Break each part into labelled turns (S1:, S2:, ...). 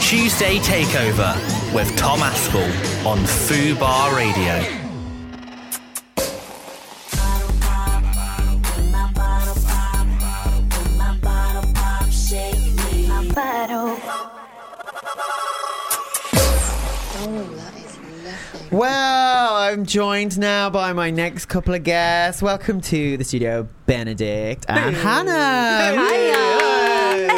S1: Tuesday Takeover with Tom Aspel on Foo Bar Radio.
S2: Bottle.
S3: Well, I'm joined now by my next couple of guests. Welcome to the studio, Benedict and Hannah. Hiya.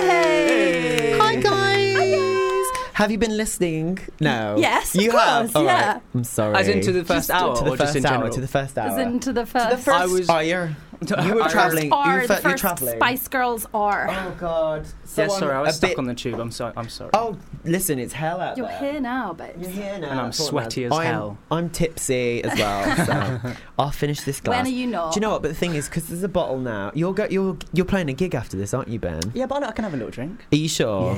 S3: Hi, guys. Have you been listening? No.
S4: Yes, of
S3: you have.
S4: course,
S3: All right.
S4: yeah.
S3: I'm sorry.
S5: As into the first hour,
S3: to the
S5: or
S3: first
S5: just in
S3: hour.
S5: general?
S3: To the first hour.
S4: As into the first,
S3: the first
S5: I was-
S3: Oh, you're, you
S5: I
S3: were
S5: was-
S3: traveling.
S4: are
S3: you
S4: the
S3: were, you're
S4: first
S3: traveling.
S4: Spice Girls are.
S3: Oh God.
S5: Yeah,
S3: Someone
S5: sorry, I
S3: a
S5: was stuck
S3: bit-
S5: on the tube. I'm sorry. I'm sorry.
S3: Oh, listen, it's hell out
S4: You're
S3: there.
S4: here now, babe.
S3: You're here now.
S5: And I'm
S3: that's what
S5: sweaty
S3: matters.
S5: as
S3: I'm-
S5: hell.
S3: I'm tipsy as well. So I'll finish this glass.
S4: When are you not?
S3: Do you know what? But the thing is, because there's a bottle now. You're go- you're you're playing a gig after this, aren't you, Ben?
S5: yeah, but I can have a little drink.
S3: Are you sure?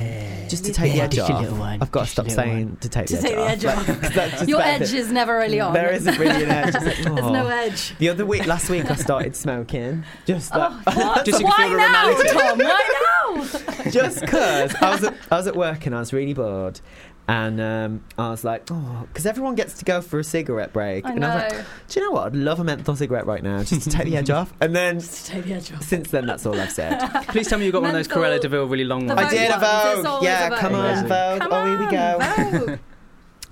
S3: Just to take
S6: Yeah,
S3: the
S6: just
S3: edge
S6: a
S3: off.
S6: little one,
S3: I've got to
S6: just a
S3: stop
S6: little
S3: saying
S6: one.
S3: to take
S4: To
S3: the
S4: take the edge
S3: edge off.
S4: off.
S3: Like, 'cause that's just
S4: Your
S3: better.
S4: edge is never really on.
S3: There isn't really an edge. "Oh."
S4: There's no edge.
S3: The other week, last week, I started smoking. Just like,
S4: Oh, what?
S5: Just so you can
S4: Why
S5: feel the
S4: now,
S5: romantic.
S4: Tom? Why now?
S3: just because I was at, I was at work and I was really bored, and um, I was like, oh, because everyone gets to go for a cigarette break,
S4: I
S3: and I was
S4: know.
S3: like, do you know what? I'd love a menthol cigarette right now, just to take the edge off. And then
S4: To take the edge off.
S3: since then, that's all I've said.
S5: Please tell me you got one of those
S4: Mental-
S5: Corella Deville really long
S4: the
S5: ones.
S3: I did a
S4: ones, there's
S3: Vogue,
S4: always
S3: yeah,
S4: a Vogue.
S3: come on,
S5: Amazing.
S3: Vogue.
S4: Come
S3: oh,
S4: on,
S3: here we go.
S4: Vogue.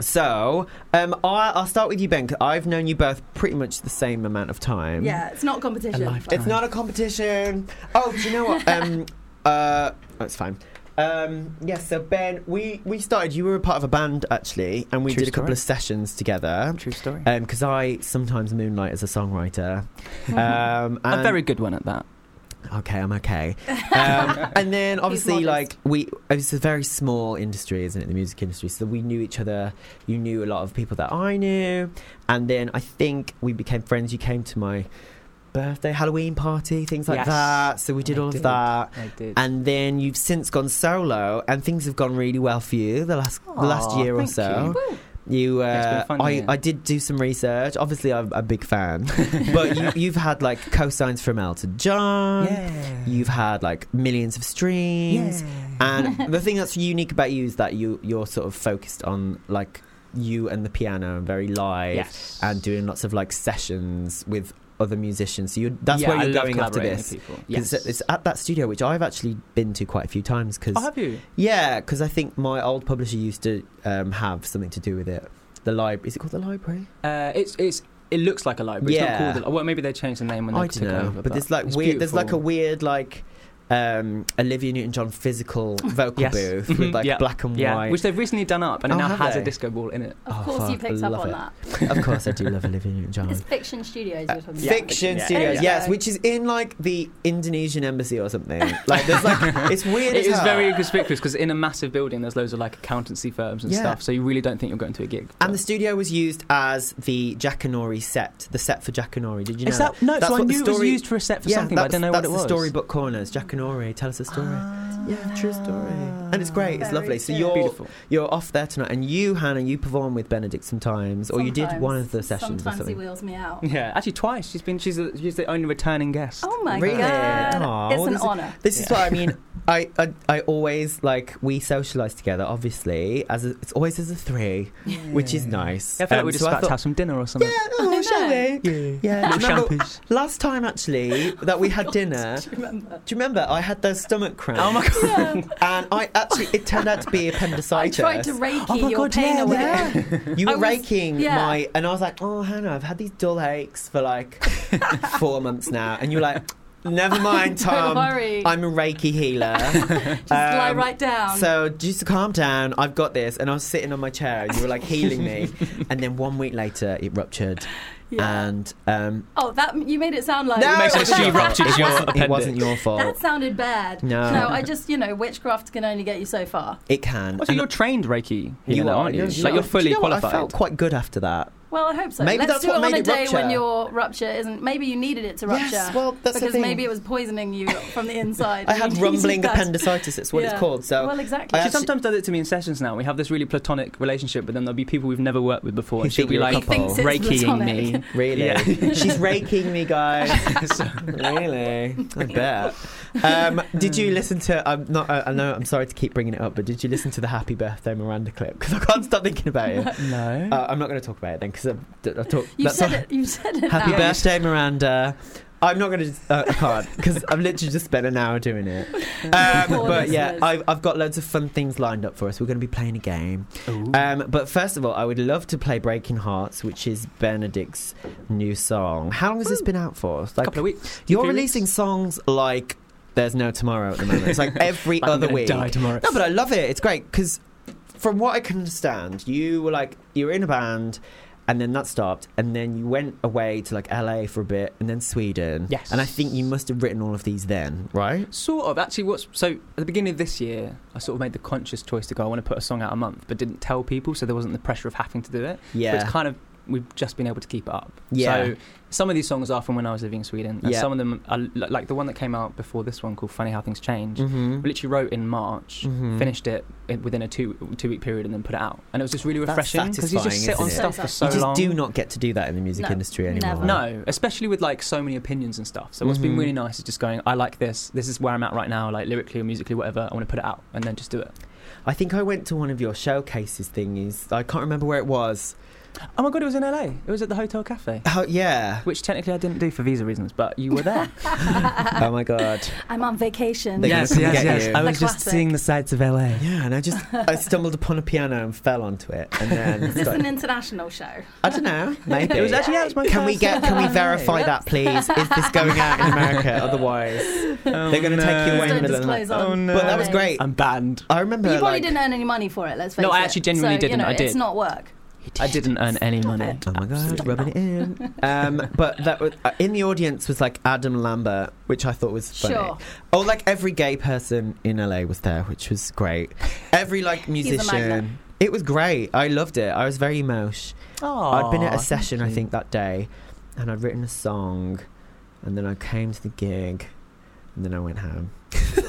S3: So, um, I, I'll start with you, Ben. 'cause I've known you both pretty much the same amount of time.
S4: yeah, it's not competition.
S6: lifetime.
S3: It's not a competition. Oh, do you know what? Um, uh, that's fine. Um, yes, so Ben, we, we started, you were a part of a band actually, and we
S5: True
S3: did a couple
S5: story.
S3: of sessions together.
S5: True story.
S3: Because Um, I sometimes moonlight as a songwriter.
S4: Mm-hmm.
S3: Um,
S5: a
S3: and-
S5: very good one at that.
S3: Okay, I'm okay. Um, and then obviously,
S4: modest.
S3: like we, uh, it's a very small industry, isn't it? The music industry. So we knew each other. You knew a lot of people that I knew, and then I think we became friends. You came to my birthday, Halloween party, things like
S5: Yes.
S3: that. So we did
S5: I
S3: all
S5: did.
S3: of that.
S5: I did.
S3: And then you've since gone solo, and things have gone really well for you the last the last
S5: Aw,
S3: year or
S5: thank
S3: so.
S4: Woo.
S3: You,
S5: it's been
S3: uh,
S5: a fun
S3: I,
S5: year.
S3: I did do some research. Obviously, I'm a big fan, but you, you've had like cosigns from Elton John.
S6: Yeah.
S3: You've had like millions of streams. And the thing that's unique about you is that you you're sort of focused on like you and the piano and very live
S5: Yes.
S3: and doing lots of like sessions with other musicians. So you that's
S5: Yeah,
S3: where
S5: I
S3: you're
S5: love
S3: going after
S5: collaborating
S3: this.
S5: with people.
S3: 'Cause
S5: Yes.
S3: It's, it's at that studio which I've actually been to quite a few times because
S5: oh, have you?
S3: yeah, because I think my old publisher used to um, have something to do with it. The library is it called the library?
S5: Uh, it's it's it looks like a library. It's
S3: Yeah.
S5: not called. A, well, maybe they changed the name when they
S3: I
S5: took
S3: don't know,
S5: over.
S3: but, there's like
S5: it's
S3: weird. There's like a
S5: beautiful.
S3: weird like um, Olivia Newton-John physical vocal
S5: Yes.
S3: booth
S5: Mhm.
S3: with like
S5: Yeah.
S3: black and
S5: yeah,
S3: white.
S5: which they've recently done up, and
S3: Oh,
S5: it now
S3: have
S5: has
S3: they?
S5: a disco ball in it.
S4: Of
S3: Oh,
S4: course, you
S3: fuck, I
S4: picked up
S3: love
S4: on
S3: it.
S4: that.
S3: of course, I do love Olivia Newton-John. Uh,
S4: It's fiction studios you're talking about.
S3: Fiction
S5: Yeah.
S3: Studios,
S4: Yeah.
S3: yes, which is in like the Indonesian embassy or something. Like, there's like, it's weird.
S5: It
S3: as
S5: is
S3: hell.
S5: very conspicuous because in a massive building, there's loads of like accountancy firms and
S3: Yeah.
S5: stuff. So you really don't think you're going to a gig.
S3: And the studio was used as the Jackanory set, the set for Jackanory. Did you know?
S5: is that no?
S3: That's
S5: so I
S3: what the
S5: knew it was
S3: story-
S5: used for a set for
S3: yeah,
S5: something, but I
S3: that's-
S5: don't know what
S3: that's
S5: it was. Ah,
S3: the storybook corners. Jackanory, tell us a story. yeah, true story. And it's great. It's
S4: Very
S3: lovely. So
S4: good.
S3: you're
S5: Beautiful.
S3: you're off there tonight, and you, Hannah, you perform with Benedict sometimes, or you did
S4: Sometimes-
S3: one of the sessions
S4: Sometimes
S3: or something.
S4: he wheels me out.
S5: Yeah, actually twice. She's been she's a, she's the only returning guest.
S4: Oh my
S3: Really?
S4: god!
S3: Aw,
S4: it's
S3: well,
S4: an
S3: this is-
S4: honor.
S3: This is
S5: Yeah.
S3: what I mean. I, I I always like we socialise together. Obviously, as a, it's always as a three, which is nice.
S5: Yeah, I feel
S3: Um,
S5: like we're just
S3: so I
S5: about to
S3: thought-
S5: have some dinner or
S3: yeah,
S5: something.
S3: oh, shall
S4: know.
S3: we? Yeah, Remember,
S5: champers.
S3: last time actually that we had dinner.
S4: Do you remember?
S3: Do you remember? I had those stomach cramps.
S5: Oh my god.
S3: And I actually, it turned out to be
S4: I
S3: appendicitis.
S4: tried to reiki
S5: Oh my
S4: your
S5: God,
S4: pain
S5: yeah,
S4: away.
S3: You
S4: I
S3: were
S4: was-
S3: raking
S4: yeah.
S3: my, and I was like, oh, Hannah, I've had these dull aches for like four months now. And you were like, never mind,
S4: Don't
S3: Tom.
S4: worry.
S3: um, I'm a Reiki healer.
S4: Just lie
S3: Um,
S4: right down.
S3: So just calm down. I've got this. And I was sitting on my chair, and you were like healing me. and then one week later, it ruptured.
S4: yeah.
S3: And um,
S4: oh, that you made it sound like
S3: No,
S5: Makes
S3: it
S5: sense. She
S3: wasn't-
S5: ruptured
S3: it
S5: your
S3: wasn't, it
S5: appendix.
S3: wasn't your fault.
S4: that sounded bad.
S3: No.
S4: no, I just you know witchcraft can only get you so far.
S3: it can.
S5: Also,
S3: And
S5: you're trained Reiki, healer,
S3: you are,
S5: aren't you?
S3: you're-
S5: like
S3: are.
S5: you're fully
S3: Do you know what?
S5: qualified.
S3: I felt quite good after that.
S4: Well, I hope so.
S3: Maybe
S4: Let's
S3: that's
S4: do
S3: what
S4: it on
S3: made
S4: a
S3: it
S4: day
S3: rupture.
S4: when your rupture isn't. Maybe you needed it to rupture.
S3: Yes, well, that's the
S4: because
S3: thing.
S4: maybe it was poisoning you from the inside.
S3: I
S4: and
S3: had
S4: you
S3: rumbling
S4: needed that.
S3: appendicitis. It's what it's
S4: Yeah.
S3: called. So
S4: well, exactly.
S3: I
S5: She
S3: actually-
S5: sometimes does it to me in sessions now. We have this really platonic relationship, but then there'll be people we've never worked with before,
S3: Who
S5: and she'll
S3: think
S5: be
S3: you're a
S5: like
S3: couple. Thinks
S4: it's
S5: Reikiing me.
S4: platonic.
S3: Really?
S5: Yeah.
S3: She's raking me, guys.
S5: So-
S3: really? I bet. Um, did you listen to? I'm not. I I know. I'm sorry to keep bringing it up, but did you listen to the Happy Birthday Miranda clip? Because I can't stop thinking about it.
S5: No.
S3: Uh, I'm not going to talk about it then because I've, I've talked.
S4: You've
S3: that's
S4: said
S3: all-
S4: it. You've said it
S3: Happy
S4: now.
S3: birthday, Miranda. I'm not going to. Uh, I can't because I've literally just spent an hour doing it. Um,
S4: Poor
S3: but yeah,
S4: listeners.
S3: I've, I've got loads of fun things lined up for us. We're going to be playing a game.
S5: Ooh.
S3: Um, but first of all, I would love to play Breaking Hearts, which is Benedict's new song. How long has this been out for?
S5: a
S3: Like,
S5: couple of weeks.
S3: you're
S5: Three
S3: releasing
S5: weeks.
S3: songs like there's no tomorrow at the moment. It's like every
S5: Like I'm
S3: other
S5: gonna
S3: week.
S5: Die tomorrow.
S3: No, but I love it. It's great because, from what I can understand, you were like you were in a band, and then that stopped, and then you went away to like LA for a bit, and then Sweden.
S5: Yes.
S3: And I think you must have written all of these then, right?
S5: Sort of. Actually, what's so at the beginning of this year, I sort of made the conscious choice to go. I want to put a song out a month, but didn't tell people, so there wasn't the pressure of having to do it. But
S3: Yeah.
S5: it's kind of we've just been able to keep it up.
S3: Yeah.
S5: So some of these songs are from when I was living in Sweden, and
S3: Yeah.
S5: some of them are li- like the one that came out before this one called "Funny How Things Change."
S3: Mm-hmm.
S5: We literally wrote in March,
S3: Mhm.
S5: finished it in, within a two two week period, and then put it out. And it was just really
S3: That's
S5: refreshing because you just
S3: satisfying,
S5: sit on
S3: isn't
S4: it?
S5: stuff for
S4: So
S5: so
S3: you just
S5: long.
S3: do not get to do that in the music
S4: No,
S3: industry anymore.
S4: never.
S5: No, especially with like so many opinions and stuff. So what's
S3: Mhm.
S5: been really nice is just going, I like this. This is where I'm at right now, like lyrically or musically, whatever. I want to put it out and then just do it.
S3: I think I went to one of your showcases thingies. I can't remember where it was.
S5: Oh my god, it was in LA. It was at the Hotel Cafe,
S3: Oh yeah.
S5: which technically I didn't do for visa reasons, but you were there.
S3: oh my god.
S4: I'm on vacation.
S3: They Yes, can- yes, yes.
S4: I was The just classic. seeing the
S5: sights of LA.
S3: Yeah, and I just I stumbled upon a piano and fell onto it, and then
S4: Is this an international show?
S3: I don't know. Maybe
S5: It was actually yeah, it was my
S3: Can we
S5: first-
S3: get? Can we verify
S4: Oops.
S3: that, please? Is this going out in America? Otherwise, they're going to take you away
S4: Don't
S3: in the middle of the night.
S4: disclose on.
S5: Oh, no.
S3: But that was
S4: Right.
S3: great.
S5: Oh, I'm banned.
S3: I remember.
S4: But you probably
S3: like,
S4: didn't earn any money for it. Let's face
S5: No,
S4: it.
S5: I actually genuinely
S4: So,
S5: didn't,
S4: You know,
S5: I
S4: It's
S5: did.
S4: not work.
S5: I didn't earn any money.
S3: Oh my god,
S5: Absolutely
S3: rubbing it in. Um, but that was uh, in the audience was like Adam Lambert, which I thought was funny.
S4: Sure.
S3: Oh, like every gay person in LA was there, which was great. Every like
S4: a magnet.
S3: musician. It was great. I loved it. I was very emosh. I'd been at a
S5: Aw,
S3: session, I
S5: thank you.
S3: think, that day, and I'd written a song, and then I came to the gig, and then I went home.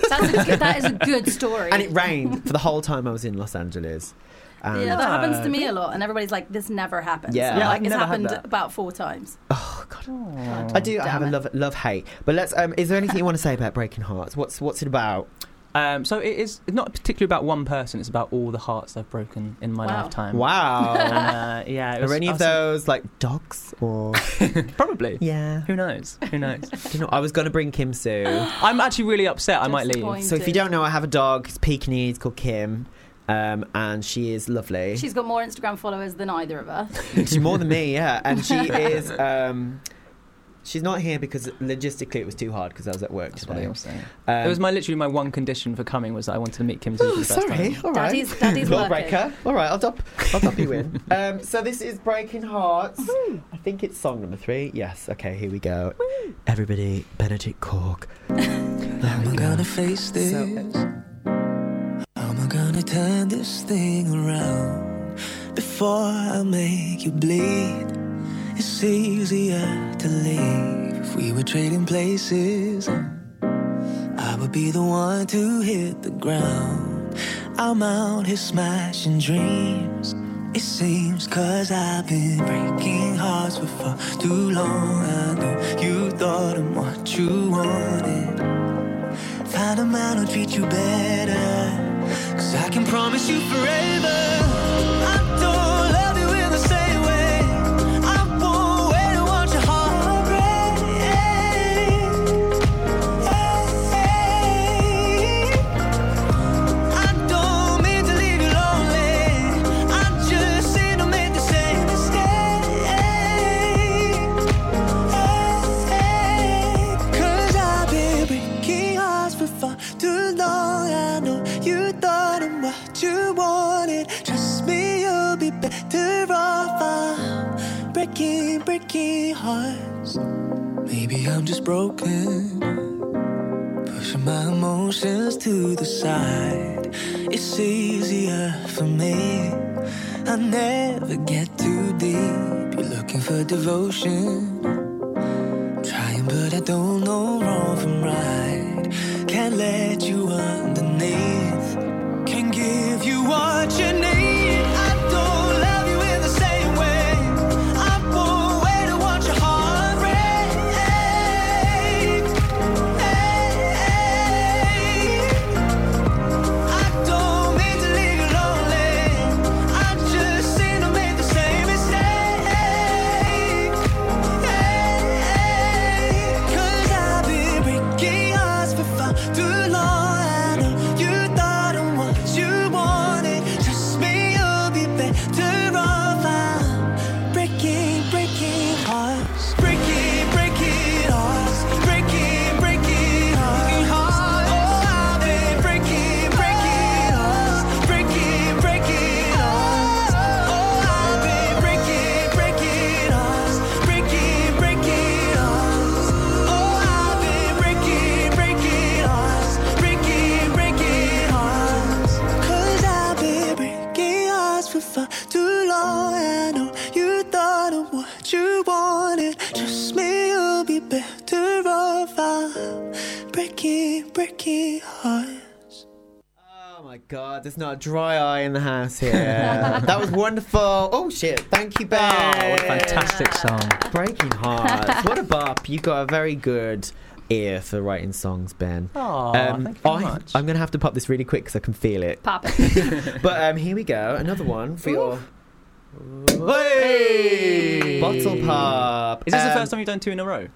S4: That's a good, that is a good story.
S3: And it rained for the whole time I was in Los Angeles. And
S4: yeah, that
S5: Ah.
S4: happens to me a lot, and everybody's like, "This never happens."
S3: Yeah.
S4: And,
S3: Yeah,
S4: like
S5: I've
S4: it's
S5: never had
S4: happened
S5: that.
S4: about four times.
S3: oh god,
S5: Aw.
S3: I do. I
S4: Damn
S3: have a
S4: it.
S3: love, love hate. But let's. Um, is there anything you want to say about Breaking Hearts? What's What's it about?
S5: Um, so it is it's not particularly about one person. It's about all the hearts I've broken in my
S4: Wow.
S5: lifetime.
S3: Wow.
S5: Uh, yeah. it was-
S3: Are any
S5: I
S3: of
S5: was-
S3: those like dogs or?
S5: Probably.
S3: yeah.
S5: Who knows? Who knows?
S3: You know, I was gonna bring Kim Sue.
S5: I'm actually really upset. I might leave.
S4: Disappointing.
S3: so if you don't know, I have a dog. It's Pekingese called Kim, um, and she is lovely.
S4: She's got more Instagram followers than either of us.
S3: She's more than me, yeah. And she is. Um, she's not here because logistically it was too hard because I was at work
S5: That's what
S3: today.
S5: they all say.
S3: Um,
S5: it was my literally my one condition for coming was that I wanted to meet Kim Soo for
S3: oh,
S5: the first
S3: sorry.
S5: time.
S3: All right.
S4: Daddy's, daddy's working.
S3: Law breaker. All right, I'll top. I'll top you in. Um, so this is Breaking Hearts. I think it's song number three. Yes. Okay. Here we go. Everybody, Benedict Cork.
S2: am I gonna face this? How am I gonna turn this thing around before I make you bleed? It's easier to leave if we were trading places. I would be the one to hit the ground. I'm out here smashing dreams. It seems cause I've been breaking hearts for far too long. I know you thought I'm what you wanted. Find a man who'll treat you better. Cause I can promise you forever. I don't love you in the same way. I won't wait to watch your heart break. I don't mean to leave you lonely. I just seem to make the same mistake. Cause I've been breaking hearts for far too long. I know you thought I'm what you wanted. Trust me, you'll be better off. I'm breaking, breaking hearts. Maybe I'm just broken. Pushing my emotions to the side. It's easier for me. I never get too deep. You're looking for devotion trying, but I don't know wrong from right. Can't let you underneath. Can give you what you need. I don't love you in the same way. I won't wait to watch your heart break. Oh, Oh, for too long. I know you thought of what you wanted. Trust me, you'll be better off. I'm breaking, breaking heart.
S3: Oh my god, there's not a dry eye in the house here. that was wonderful. Oh shit, thank you, Ben.
S5: Oh, what a fantastic song.
S3: Breaking hearts. what a bop. You got a very good ear for writing songs, Ben. Um,
S5: Aw, thank you very much.
S3: I'm going to have to pop this really quick because I can feel it.
S4: Pop it.
S3: But um, here we go. Another one for your. Hey! Bottle pop.
S5: Is this the
S3: Um,
S5: first time you've done two in a row?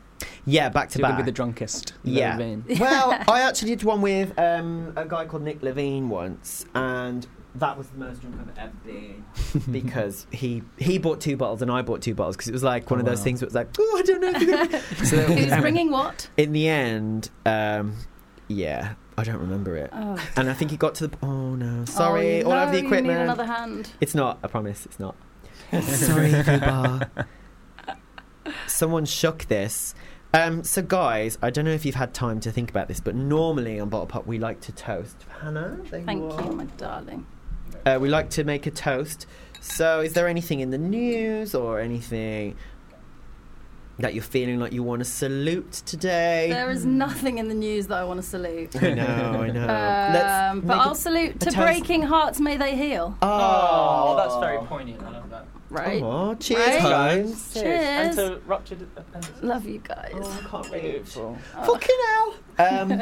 S3: Yeah, back to
S5: You're going
S3: back.
S5: to be the drunkest. you've
S3: Yeah.
S5: ever been.
S3: well, I actually did one with um, a guy called Nick Levine once, and that was the most drunk I've ever been because he he bought two bottles and I bought two bottles because it was like one
S5: Oh,
S3: of those
S5: wow.
S3: things where it's like, oh, I don't know. If you're gonna-" so
S4: Who's
S3: um,
S4: bringing what?
S3: in the end, um, yeah, I don't remember it,
S4: Oh.
S3: and I think he got to the. Oh no,
S4: Oh,
S3: sorry,
S4: you
S3: all over
S4: know,
S3: the
S4: you need
S3: equipment.
S4: another hand.
S3: It's not. I promise, it's not. Sorry, Fubar. Someone shook this. Um, so, guys, I don't know if you've had time to think about this, but normally on Bottle Pop we like to toast. Hannah, there
S4: Thank
S3: you. are.
S4: you, my darling.
S3: Uh, we like to make a toast. So, is there anything in the news or anything that you're feeling like you want to salute today?
S4: There is nothing in the news that I want to salute.
S3: I know, I know.
S4: Um, but
S3: make a-
S4: I'll salute to
S3: toast.
S4: breaking hearts, may they heal.
S3: Oh,
S5: poignant. I love that.
S4: Right.
S3: Oh, cheers,
S4: Right?
S3: Holmes.
S4: Cheers.
S5: ruptured appendix.
S4: Love you guys.
S3: Oh, I can't breathe. Fucking hell. Um,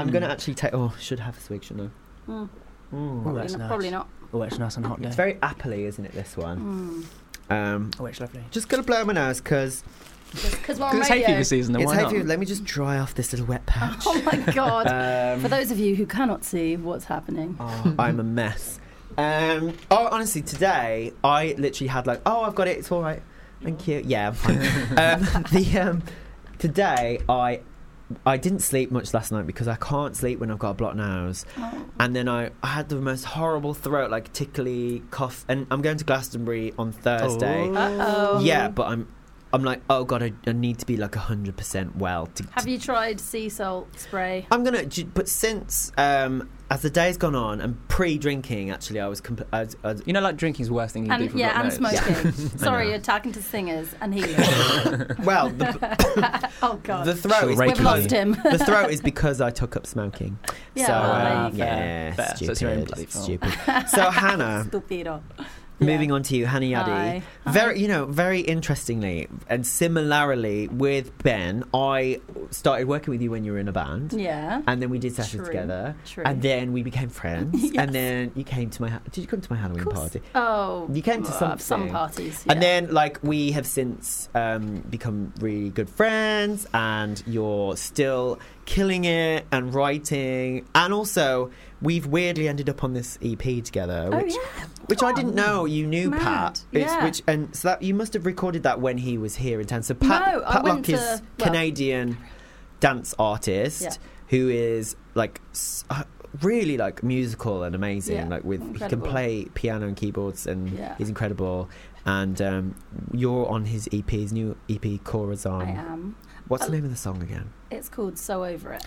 S3: I'm
S5: Mm.
S3: going to actually take. Oh, should have a swig, shouldn't I?
S4: Mm.
S3: Mm.
S5: Oh,
S4: Probably
S5: that's
S4: not-
S5: nice.
S4: Probably not.
S5: Oh, it's nice and hot day.
S3: It's very appley, isn't it, this one?
S4: Mm.
S3: Um,
S5: oh, it's lovely.
S3: just going to blow my nose because
S4: Because we're on
S5: Because it's hay
S4: radio.
S5: fever season, and
S3: it's
S5: why
S3: hay
S5: not?
S3: fever. Let me just dry off this little wet patch.
S4: uh, Oh my god.
S3: Um,
S4: For those of you who cannot see what's happening,
S3: oh, I'm a mess. Um, oh, honestly, today I literally had like, oh, I've got it. It's all right. Thank you. Yeah, I'm fine. um, the um, today I I didn't sleep much last night because I can't sleep when I've got a blocked nose, and then I, I had the most horrible throat, like tickly cough. And I'm going to Glastonbury on Thursday.
S4: Uh-oh.
S3: Yeah, but I'm I'm like, oh god, I, I need to be like hundred percent well to.
S4: have you tried sea salt spray?
S3: I'm gonna, j- but since um, as the day's gone on and pre-drinking, actually, I was, compl- I was, I was
S5: You know, like drinking's the worst thing you can do
S4: And
S5: for
S4: yeah, and
S5: blocked nose.
S4: smoking. Sorry,
S5: know.
S4: you're talking to singers and healers.
S3: well, the,
S4: oh god,
S3: the throat is
S5: Reiki.
S4: we've lost him.
S3: the throat is because I took up smoking.
S4: Yeah,
S3: so,
S4: well, there
S3: uh,
S4: you go.
S3: yeah,
S5: Fair. So
S3: stupid,
S5: it's your own bloody fault.
S3: stupid. so Hannah,
S4: Stupido.
S3: moving on to you, Hannah Yadi.
S4: Hi.
S3: Very, you know, very interestingly and similarly with Ben, I started working with you when you were in a band.
S4: Yeah.
S3: And then we did sessions
S4: True,
S3: together.
S4: true.
S3: And then we became friends.
S4: Yes.
S3: And then you came to my. Ha- did you come to my Halloween
S4: course.
S3: party?
S4: Oh,
S3: You came to
S4: well, some
S3: something.
S4: parties,
S3: And
S4: yeah.
S3: then, like, we have since um, become really good friends, and you're still killing it and writing. And also, we've weirdly ended up on this EP together,
S4: oh
S3: which,
S4: yeah,
S3: which I didn't know you knew
S4: Oh, Mad.
S3: Pat.
S4: Yeah.
S3: which and so that you must have recorded that when he was here in town. So Pat,
S4: No, I
S3: Pat
S4: went
S3: Lock
S4: to-
S3: is
S4: well-
S3: Canadian dance artist
S4: Yeah.
S3: who is like s- uh, really like musical and amazing.
S4: Yeah,
S3: Like with he
S4: incredible.
S3: can play piano and keyboards, and
S4: Yeah.
S3: he's incredible. And um, you're on his EP, his new EP, Corazon.
S4: I am.
S3: What's the
S4: Oh.
S3: name of the song again?
S4: It's called So Over It.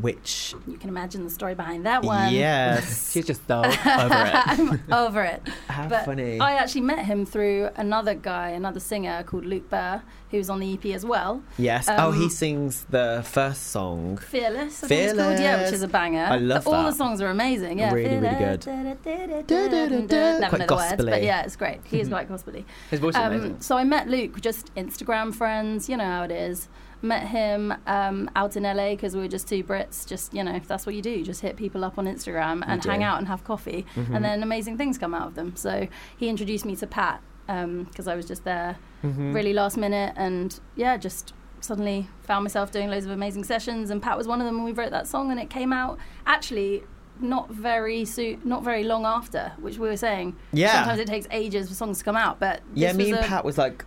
S3: Which
S4: You can imagine the story behind that one.
S3: yes,
S5: She's just dull over it.
S4: I'm over it.
S3: how
S4: But
S3: funny.
S4: I actually met him through another guy, another singer called Luke Burr, who's on the EP as well.
S3: yes. oh, he
S4: um,
S3: sings the first song.
S4: Fearless, I think it's called, yeah, which is a banger.
S3: I love
S4: All
S3: that.
S4: the songs are amazing, yeah.
S3: Really, really good.
S4: Never
S3: Quite
S4: know the words, but
S3: gospely. Mm-hmm.
S4: yeah, it's great. He is quite gospelly.
S5: His voice is amazing.
S4: Um, so I met Luke, just Instagram friends, you know how it is. Met him um, out in LA because we were just two Brits. Just you know, if that's what you do, you just hit people up on Instagram and
S3: do. Mm-hmm.
S4: hang out and have coffee, and then amazing things come out of them. So he introduced me to Pat because I was just there, really last minute, and yeah, just suddenly found myself doing loads of amazing sessions. And Pat was one of them, and we wrote that song, and it came out actually not very soon, not very long after, which we were saying.
S3: Yeah.
S4: sometimes it takes ages for songs to come out, but
S3: Yeah,
S4: this
S3: me
S4: was
S3: and
S4: a-
S3: Pat was like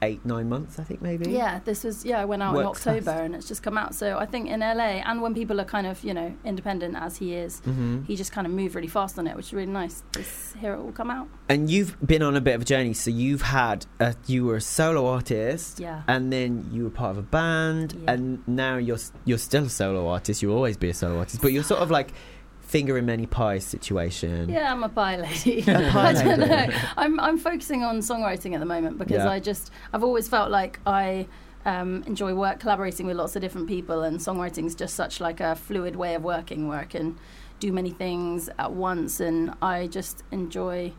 S3: eight, nine months, I think maybe.
S4: Yeah, this was yeah. I went out in
S3: Works
S4: October
S3: fast.
S4: and it's just come out. So I think in LA and when people are kind of you know independent as he is,
S3: Mm.
S5: Mm-hmm.
S4: he just kind of moved really fast on it, which is really nice. Just hear it all come out.
S3: And you've been on a bit of a journey. So you've had a, you were a solo artist.
S4: Yeah.
S3: And then you were part of a band,
S4: Yeah.
S3: and now you're s- you're still a solo artist. You'll always be a solo artist, but you're sort of like finger in many pies situation.
S4: Yeah, I'm a pie lady.
S3: A pie
S4: I don't
S3: lady.
S4: know. I'm, I'm focusing on songwriting at the moment because
S3: Yeah.
S4: I just, I've always felt like I um, enjoy work collaborating with lots of different people and songwriting is just such like a fluid way of working where I can do many things at once and I just enjoy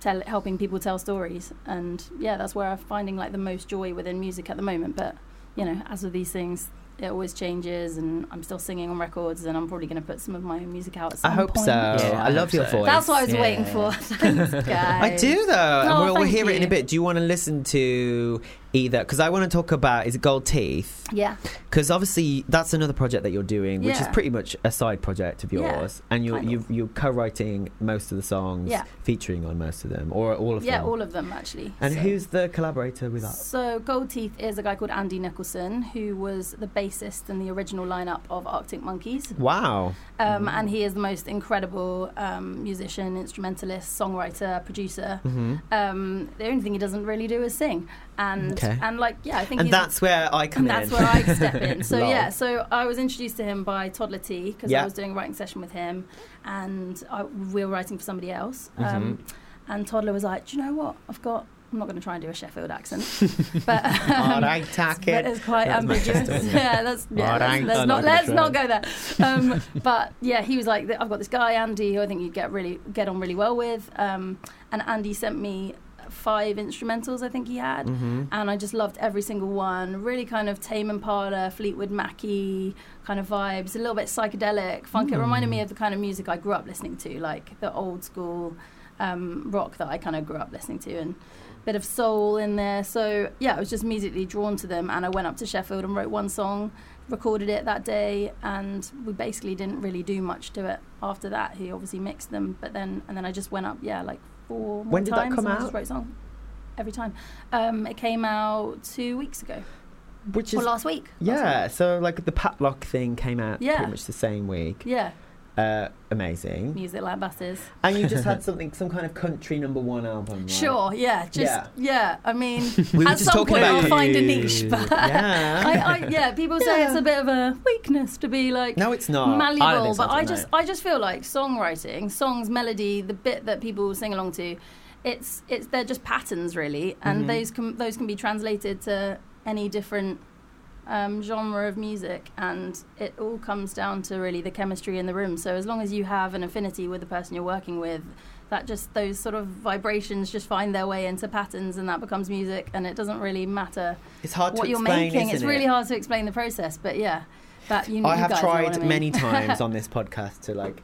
S4: tell, helping people tell stories. And yeah, that's where I'm finding like the most joy within music at the moment. But, you know, as with these things, it always changes, and I'm still singing on records, and I'm probably going to put some of my own music out. At some
S3: I hope
S4: point.
S3: so.
S5: Yeah,
S3: I
S5: I
S3: love
S5: hope
S3: your
S5: so.
S3: voice.
S4: That's what I was
S5: Yeah.
S4: waiting for. Thanks, guys.
S3: I do though. and
S4: Oh,
S3: we'll, we'll
S4: thank
S3: hear it in a
S4: you.
S3: bit. Do you want to listen to either? Because I want to talk about is it Gold Teeth?
S4: Yeah.
S3: Because obviously that's another project that you're doing, which is
S4: Yeah.
S3: pretty much a side project of
S4: Yeah,
S3: yours, and you're
S4: kind
S3: you, you're co-writing most of the songs,
S4: Yeah.
S3: featuring on most of them or all of
S4: Yeah,
S3: them.
S4: all of them actually.
S3: and
S4: So-
S3: who's the collaborator with that?
S4: So Gold Teeth is a guy called Andy Nicholson, who was the bassist in the original lineup of Arctic Monkeys,
S3: Wow.
S4: um,
S3: Mm-hmm.
S4: and he is the most incredible um, musician, instrumentalist, songwriter, producer.
S3: hmm
S4: Um, the only thing he doesn't really do is sing, and
S3: Okay.
S4: and like yeah, I think
S3: And
S4: he's a-
S3: that's where I come
S4: and that's
S3: in.
S4: where I step in. So
S3: Lol.
S4: yeah, so I was introduced to him by Todd Latty because
S3: Yeah.
S4: I was doing a writing session with him, and I, we were writing for somebody else. Um,
S3: Mm-hmm.
S4: And Toddler was like, "Do you know what? I've got. I'm not going to try and do a Sheffield accent, but um,
S3: All right, tack
S4: but
S3: it.
S4: it's quite
S3: That's
S4: ambiguous.
S3: Manchester, isn't it?
S4: yeah, that's yeah.
S3: All right.
S4: let's let's
S3: I'm
S4: not
S3: not
S4: let's
S3: gonna
S4: not go there. Um, but yeah, he was like, I've got this guy Andy who I think you'd get really get on really well with. Um, and Andy sent me five instrumentals I think he had, and I just loved every single one. Really kind of Tame Impala, Fleetwood Mackie kind of vibes, a little bit psychedelic, funk. It reminded
S3: Hmm.
S4: me of the kind of music I grew up listening to, like the old school um, rock that I kind of grew up listening to, and a bit of soul in there. So yeah, I was just immediately drawn to them, and I went up to Sheffield and wrote one song, recorded it that day, and we basically didn't really do much to it after that. He obviously mixed them, but then and then I just went up, yeah, like four. more
S3: When did that
S4: times,
S3: come
S4: and I just
S3: out?
S4: wrote song every time. Um, it came out two weeks ago,
S3: Which
S4: or
S3: is
S4: last week. last
S3: yeah.
S4: week.
S3: So like the Patlock thing came out
S4: Yeah.
S3: pretty much the same week.
S4: yeah.
S3: Uh, amazing.
S4: Music like buses.
S3: And you just had something, some kind of country number one album. Right?
S4: Sure, yeah, just
S3: Yeah.
S4: yeah. I mean,
S3: We were
S4: at
S3: just
S4: some
S3: talking
S4: point
S3: about
S4: I'll
S3: you.
S4: find a niche, but
S3: Yeah.
S4: I, I, yeah, people say
S3: Yeah.
S4: it's a bit of a weakness to be like
S3: No, it's not.
S4: malleable,
S5: I don't think so,
S4: but I
S5: no.
S4: just I just feel like songwriting, songs, melody, the bit that people sing along to, it's it's they're just patterns really, and
S3: Mm-hmm.
S4: those can those can be translated to any different um, genre of music, and it all comes down to really the chemistry in the room. So as long as you have an affinity with the person you're working with, that just those sort of vibrations just find their way into patterns, and that becomes music, and it doesn't really matter
S3: it's hard
S4: what
S3: to
S4: you're
S3: explain.
S4: making.
S3: isn't
S4: It's really
S3: it?
S4: hard to explain the process, but yeah, that you.
S3: I
S4: you
S3: have
S4: guys know
S3: tried
S4: what I mean.
S3: many times on this podcast to like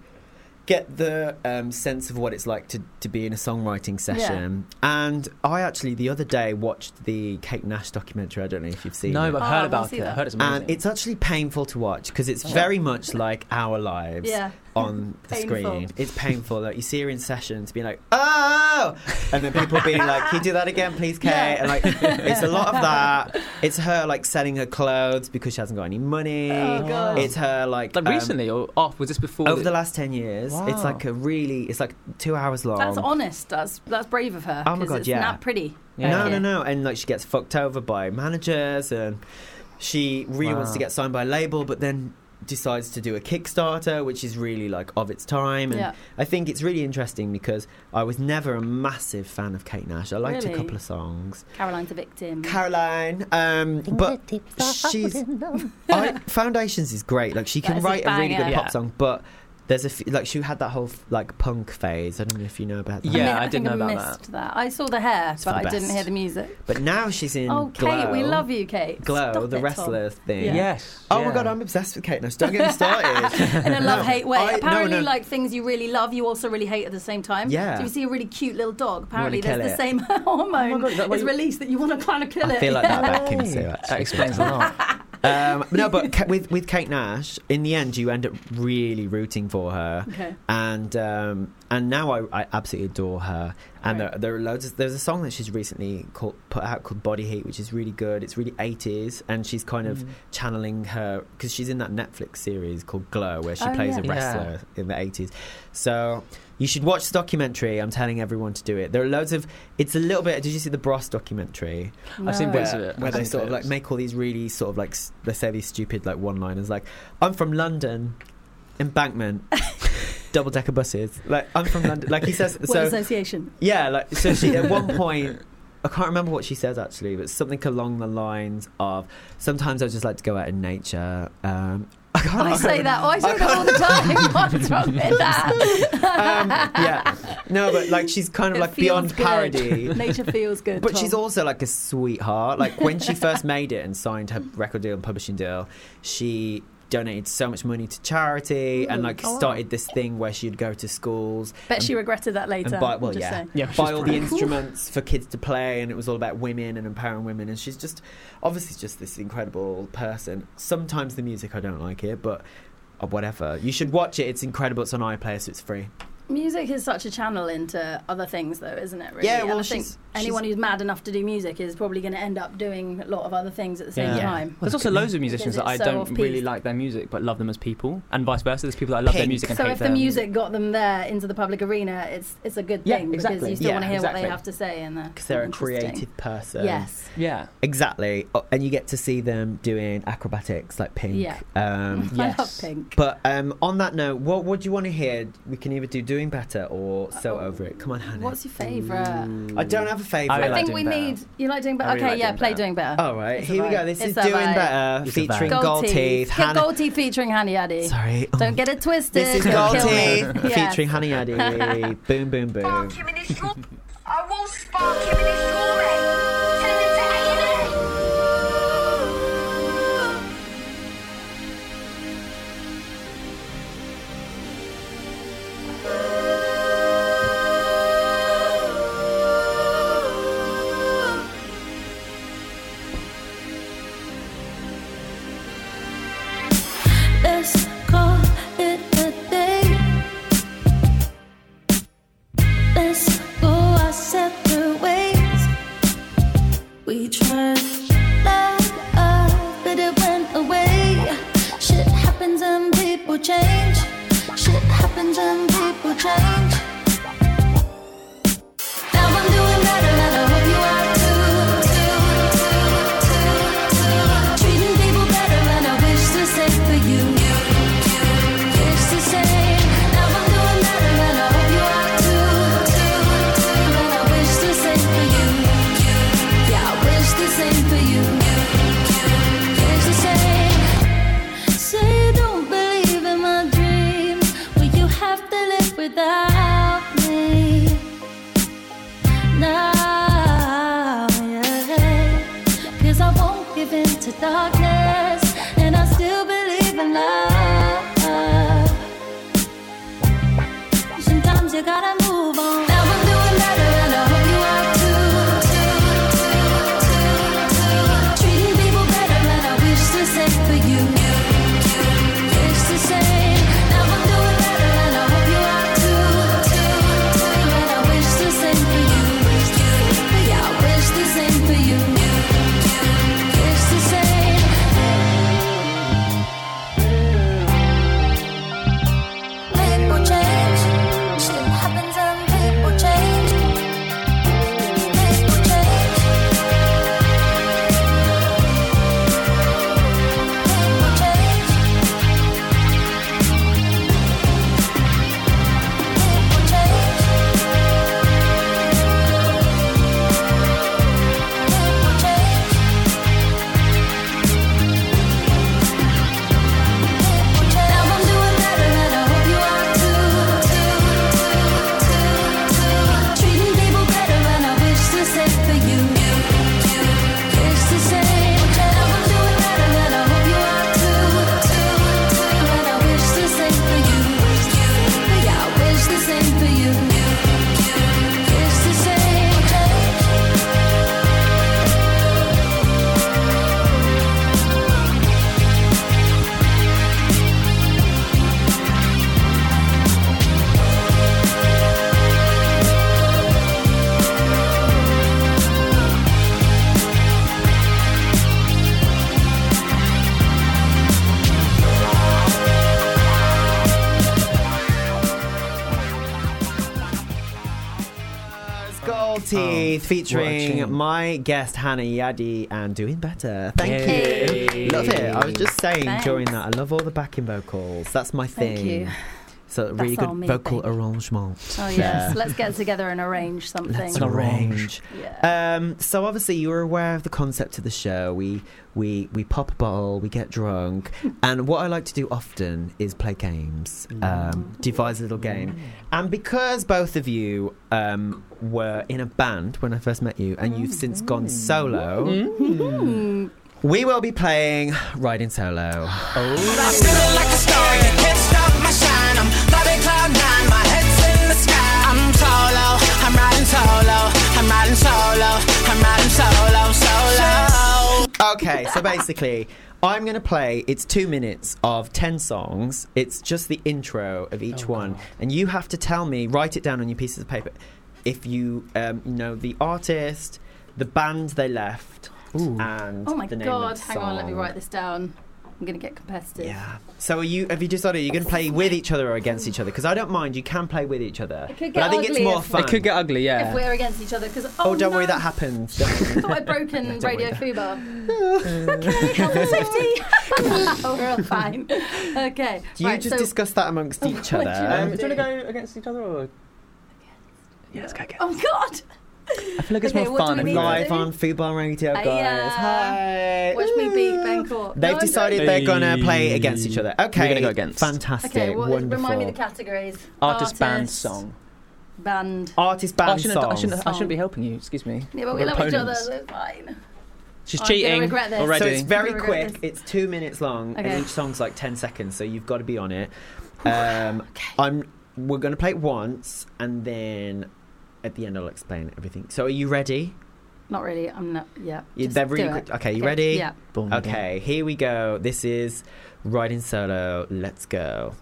S3: get the um, sense of what it's like to, to be in a songwriting session. And I actually the other day watched the Kate Nash documentary. I don't know if you've seen
S5: No,
S3: it.
S5: but
S4: Oh,
S5: I've
S4: I
S5: heard
S4: wanna
S5: about
S4: see
S5: it. I
S4: that.
S5: heard it's amazing.
S3: and it's actually painful to watch because it's
S5: Oh.
S3: very much like our lives
S4: Yeah.
S3: on the
S4: Painful.
S3: screen. It's painful. Like you see her in sessions being like, oh, and then people being like, can you do that again, please, Kate?
S4: Yeah.
S3: And like, it's a lot of that. It's her like selling her clothes because she hasn't got any money.
S4: Oh, God.
S3: It's her like,
S5: like
S3: um,
S5: recently or off? Was this before?
S3: over
S5: the-
S3: the last ten years. It's
S5: Wow.
S3: like a really, it's like two hours long.
S4: That's honest. That's that's brave of her.
S3: Oh my
S4: 'cause
S3: God,
S4: it's
S3: yeah.
S4: Not pretty.
S5: Yeah.
S3: No, no,
S4: Yeah.
S3: no. And like she gets fucked over by managers and she really wants
S5: Wow.
S3: to get signed by a label, but then decides to do a Kickstarter, which is really like of its time. And
S4: Yeah.
S3: I think it's really interesting because I was never a massive fan of Kate Nash. I liked a
S4: Really?
S3: couple of songs.
S4: Caroline's a victim.
S3: Caroline, um, but she's. I, Foundations is great. Like she
S4: That
S3: can
S4: is a
S3: write a, really good
S4: banger.
S3: pop
S5: Yeah.
S3: song, but. There's a f- like she had that whole like punk phase. I don't know if you know about that.
S4: I mi-
S5: Yeah, I
S4: think
S5: didn't know
S4: I
S5: about
S4: missed that. I saw the hair,
S3: It's for
S4: but
S3: the
S4: I didn't
S3: best.
S4: hear the music.
S3: But now she's in
S4: Oh, Kate, we
S3: Glow.
S4: love you, Kate.
S3: Glow,
S4: Stop
S3: the
S4: it,
S3: wrestler thing.
S4: Yeah.
S5: Yes.
S3: Oh
S5: yeah.
S3: my god, I'm obsessed with Kate Nash. Don't get me started.
S4: Tom. In a
S3: No,
S4: love hate way.
S3: I- no,
S4: apparently,
S3: no.
S4: like things you really love, you also really hate at the same time.
S3: Yeah.
S4: So you see a really cute little dog. Apparently,
S3: kill
S4: there's the
S3: it.
S4: same
S3: Oh
S4: hormone
S5: God, is that why
S4: is
S5: you-
S4: released that you want to kind of kill
S3: I
S4: it.
S3: feel like
S4: Yeah.
S3: that back in Sue,
S5: That
S3: actually.
S5: explains a lot.
S3: Um, no, but Ka- with with Kate Nash, in the end, you end up really rooting for her,
S4: Okay.
S3: and um, and now I, I absolutely adore her. And
S4: Right.
S3: there, there are loads. Of, there's a song that she's recently called, put out called Body Heat, which is really good. It's really 80s, and she's kind
S4: Mm.
S3: of channeling her because she's in that Netflix series called Glow, where she
S4: Oh,
S3: plays
S4: yeah.
S3: a wrestler in the 80s. So you should watch the documentary. I'm telling everyone to do it. There are loads of. It's a little bit. Did you see the Bros documentary?
S5: I've seen
S4: No.
S5: bits of it.
S3: where
S5: I've
S3: they
S5: seen
S3: sort of like
S5: clips.
S3: make all these really sort of like s- they say these stupid like one liners like I'm from London embankment double decker buses. Like I'm from London. Like he says.
S4: What
S3: so
S4: association?
S3: yeah, like so she at one point. I can't remember what she says actually, but something along the lines of sometimes I just like to go out in nature. Um, I can't.
S4: I say that. I say that all the time. What's wrong with
S3: Um,
S4: that?
S3: yeah, no, but like she's kind of
S4: It
S3: like
S4: feels
S3: beyond
S4: good.
S3: parody.
S4: Nature feels good.
S3: But she's
S4: Tom.
S3: also like a sweetheart. Like when she first made it and signed her record deal and publishing deal, she donated so much money to charity and like
S5: Oh, wow.
S3: started this thing where she'd go to schools
S4: Bet she regretted that later.
S3: and buy well
S4: I'm just
S3: yeah
S4: saying.
S5: Yeah,
S3: buy all the
S5: instruments.
S3: instruments for kids to play and it was all about women and empowering women and she's just obviously just this incredible person sometimes the music i don't like it but uh, whatever you should watch it it's incredible it's on iplayer so it's free
S4: Music is such a channel into other things, though, isn't it? Really?
S3: Yeah,
S4: And
S3: well,
S4: I think
S3: she's-
S4: anyone who's mad enough to do music is probably going to end up doing a lot of other things at the same
S5: Yeah.
S4: time.
S5: There's also loads of musicians that
S4: Because
S5: I
S4: it's so
S5: don't
S4: off-piste.
S5: really like their music, but love them as people, and vice versa. There's people that I love their
S3: Pink.
S5: music and
S4: So
S5: hate
S4: if the
S5: their
S4: music got them there into the public arena, it's it's a good
S5: Yeah,
S4: thing because
S5: exactly.
S4: you still
S3: Yeah,
S4: want to hear what
S5: exactly.
S4: they have to say in there.
S3: because they're a creative person
S4: Yes.
S5: Yeah,
S3: Exactly, Oh, and you get to see them doing acrobatics like Pink.
S4: Yeah.
S3: Um,
S4: I love
S5: yes.
S4: pink.
S3: but um, on that note, what what do you want to hear? We can either do doing better or so
S4: Oh.
S3: over it. Come on, Hannah.
S4: What's your favourite?
S3: Uh, I don't have a
S5: I
S3: favorite.
S5: really
S4: I
S5: like
S4: think
S5: doing
S4: we
S5: better.
S4: need you like doing better.
S5: I really
S4: okay,
S5: like
S4: yeah,
S5: doing
S4: play
S5: better.
S4: doing better.
S3: All right,
S4: It's
S3: here we
S4: alright.
S3: go. This
S4: It's
S3: is doing
S4: alright.
S3: better,
S5: It's
S3: featuring
S5: alright.
S3: Oh, Gold
S4: Get
S3: Teeth. Hannah.
S4: gold teeth featuring Honey Addy.
S3: Sorry. Oh.
S4: Don't get it twisted.
S3: This is
S4: you'll
S3: Gold
S4: kill me.
S3: Teeth
S4: Yes.
S3: featuring Honey Addy. boom, boom, boom.
S6: Spark him in his shop. I will spark him in his doorway. Send him to A&E.
S7: Let's call it a day. Let's go our separate ways. We tried love, uh, but it went away. Shit happens and people change. Shit happens and people change. Now I'm doing better, and I hope you are too, too, too, too. Treating people better, and I wish the same for you. Wish the same. Now I'm doing better, and I hope you are too, too, too. And I wish the same for you. Yeah, I wish the same for you. Wish the same. Say you don't believe in my dreams, but you have to live without me now, yeah. Cause I won't give in to darkness, and I still believe in love. Sometimes you gotta move on. Now I'm doing better, and I hope you are too. too, too, too. Treating people better, and I wish the same for you. Wish the same. Now I'm doing better, and I hope you are too. too, too. And I wish the same for you. Yeah, I wish the same for you. Wish the same. People change. Shit happens and people change. People change. People change. People change. People change. Now I'm doing better, and I hope you are too, too, too, too, Treating people better, and I wish the same for you. Wish the same. Now I'm doing better, and I hope you are too, too, too, and I wish the same for you. Yeah, I wish the same for you. Wish the same.
S3: It's Gold Teeth featuring
S5: tune.
S3: my guest Hannah Yadi and doing better. Thank
S5: Yay.
S3: you. Love it. I was just saying
S4: Thanks.
S3: during that, I love all the backing vocals. That's my thing.
S4: Thank you.
S3: So
S4: That's
S3: really
S4: all
S3: good
S4: me,
S3: vocal
S4: baby.
S3: arrangement.
S4: Oh yes,
S3: Yeah.
S4: let's get together and arrange something.
S3: Let's
S5: An arrange.
S3: arrange.
S4: Yeah.
S3: Um, so obviously you were aware of the concept of the show. We we we pop a bottle, we get drunk, and what I like to do often is play games, um, devise a little game. And because both of you um, were in a band when I first met you, and you've since gone solo, we will be playing Riding Solo.
S8: Feeling like a star, you can't stop my shine. I'm loving cloud nine, my head's in the sky. I'm solo, I'm riding solo, I'm riding solo, I'm riding solo, solo.
S3: Okay, so basically, I'm going to play. It's two minutes of ten songs. It's just the intro of each
S5: Oh,
S3: one, and you have to tell me. Write it down on your pieces of paper. If you um, know the artist, the band they left, and
S4: oh my
S3: the name of
S4: god,
S3: the
S4: hang on, let me
S3: song.
S4: write this down. I'm gonna get competitive.
S3: Yeah. So are you? Have you decided you're going to play with each other or against each other? Because I don't mind. You can play with each other,
S4: It could
S3: but
S4: get
S3: I think it's
S4: ugly
S3: more
S4: if- It
S3: fun.
S5: It could get ugly, yeah.
S4: If we're against each other, because oh,
S3: Oh, don't
S4: no,
S3: worry, that happens. Don't worry.
S4: I thought I'd broken
S3: worry.
S4: Radio Fubar. okay, health and safety. oh, we're all fine. Okay.
S3: Do you
S4: right,
S3: just
S4: so,
S3: discuss that amongst each
S4: What do
S3: other?
S4: you
S5: Um,
S4: Um,
S5: do you want to go against each other or? Yeah, let's go again.
S4: Oh god.
S5: I feel like it's
S4: okay,
S5: more
S4: what do
S5: fun.
S4: we
S5: if
S4: need
S5: we
S4: to
S5: go-
S3: live
S4: do?
S3: on Fubar Radio, guys.
S4: Hiya.
S3: Hi.
S4: Watch me beat
S3: Ooh.
S4: Ben Court.
S3: They've
S4: No, I'm
S3: decided
S4: joking.
S3: they're gonna play against each other. Okay,
S5: gonna go against.
S3: Fantastic,
S4: Okay, what,
S3: wonderful.
S4: remind me the categories.
S5: Artist, band, song.
S4: Band.
S3: Artist
S5: Oh, I
S3: band
S5: shouldn't, have- I,
S3: songs.
S5: shouldn't, have- I shouldn't be
S4: Song.
S5: helping you. Excuse me.
S4: Yeah, but we
S5: We're
S4: love each other,
S5: opponents.
S4: so it's fine.
S5: She's
S4: I'm gonna
S5: cheating
S4: Oh, regret this.
S5: already.
S3: so it's very
S4: Ready.
S3: quick. It's two minutes long,
S4: Okay.
S3: and each song's like ten seconds. So you've got to be on it. Um, I'm. We're gonna play it once, and then at the end I'll explain everything. So are you ready?
S4: Not really. I'm not. Yeah.
S3: You-
S4: just
S3: they're really
S4: do
S3: quick.
S4: it.
S3: Okay, you ready?
S4: Yeah.
S3: Okay, here we go. This is riding solo. Let's go.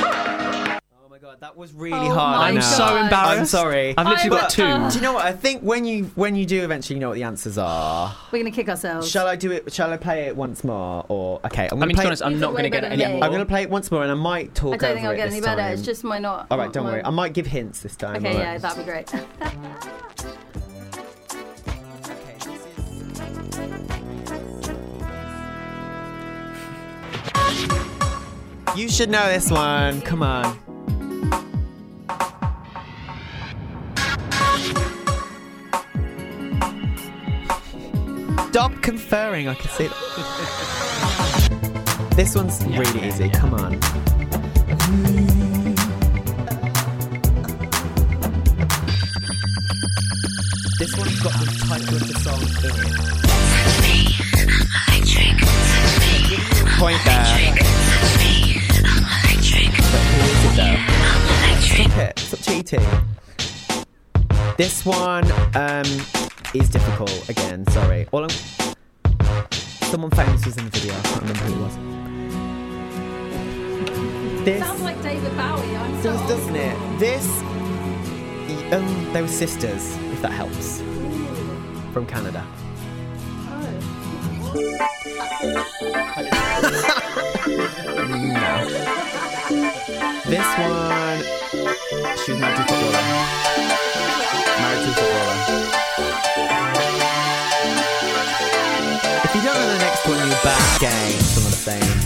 S3: Oh my god, that was really
S4: Oh
S3: hard.
S4: my
S5: I'm
S3: I know.
S5: so
S4: God.
S5: embarrassed.
S3: I'm sorry.
S5: I've literally
S4: I'm
S5: got two.
S4: embarrassed.
S3: Do you know what? I think when you when you do eventually know what the answers are.
S4: We're gonna kick ourselves.
S3: Shall I do it? Shall I play it once more? Or okay, I'm gonna
S5: I mean, to
S3: play.
S5: be honest,
S4: You
S5: I'm
S4: did
S5: not going
S4: way
S5: to get
S4: better
S5: any
S4: than me.
S5: more.
S3: I'm gonna play it once more, and I might talk
S4: I don't think
S3: over
S4: I'll
S3: it
S4: get
S3: this
S4: any better.
S3: time.
S4: It's just my not.
S3: All right, don't
S4: my-
S3: worry. I might give hints this time.
S4: Okay,
S3: all right?
S4: yeah, that'd be great.
S3: You should know this one. Come on. Stop conferring. I can see it. this one's really easy. Come on. This one's got the title of the song in it. Point there. Stop it. Stop cheating. This one um, is difficult again. Sorry. All I'm, Someone famous was in the video. I can't remember who it was. This
S4: Sounds like David Bowie. I'm so
S3: does,
S4: old
S3: doesn't it?
S4: school.
S3: This. Um, they were sisters, if that helps. From Canada.
S4: Oh.
S3: This one.
S9: She's married to a footballer. Married to a footballer.
S3: If you don't know the next one, you're bad gay. Someone's saying.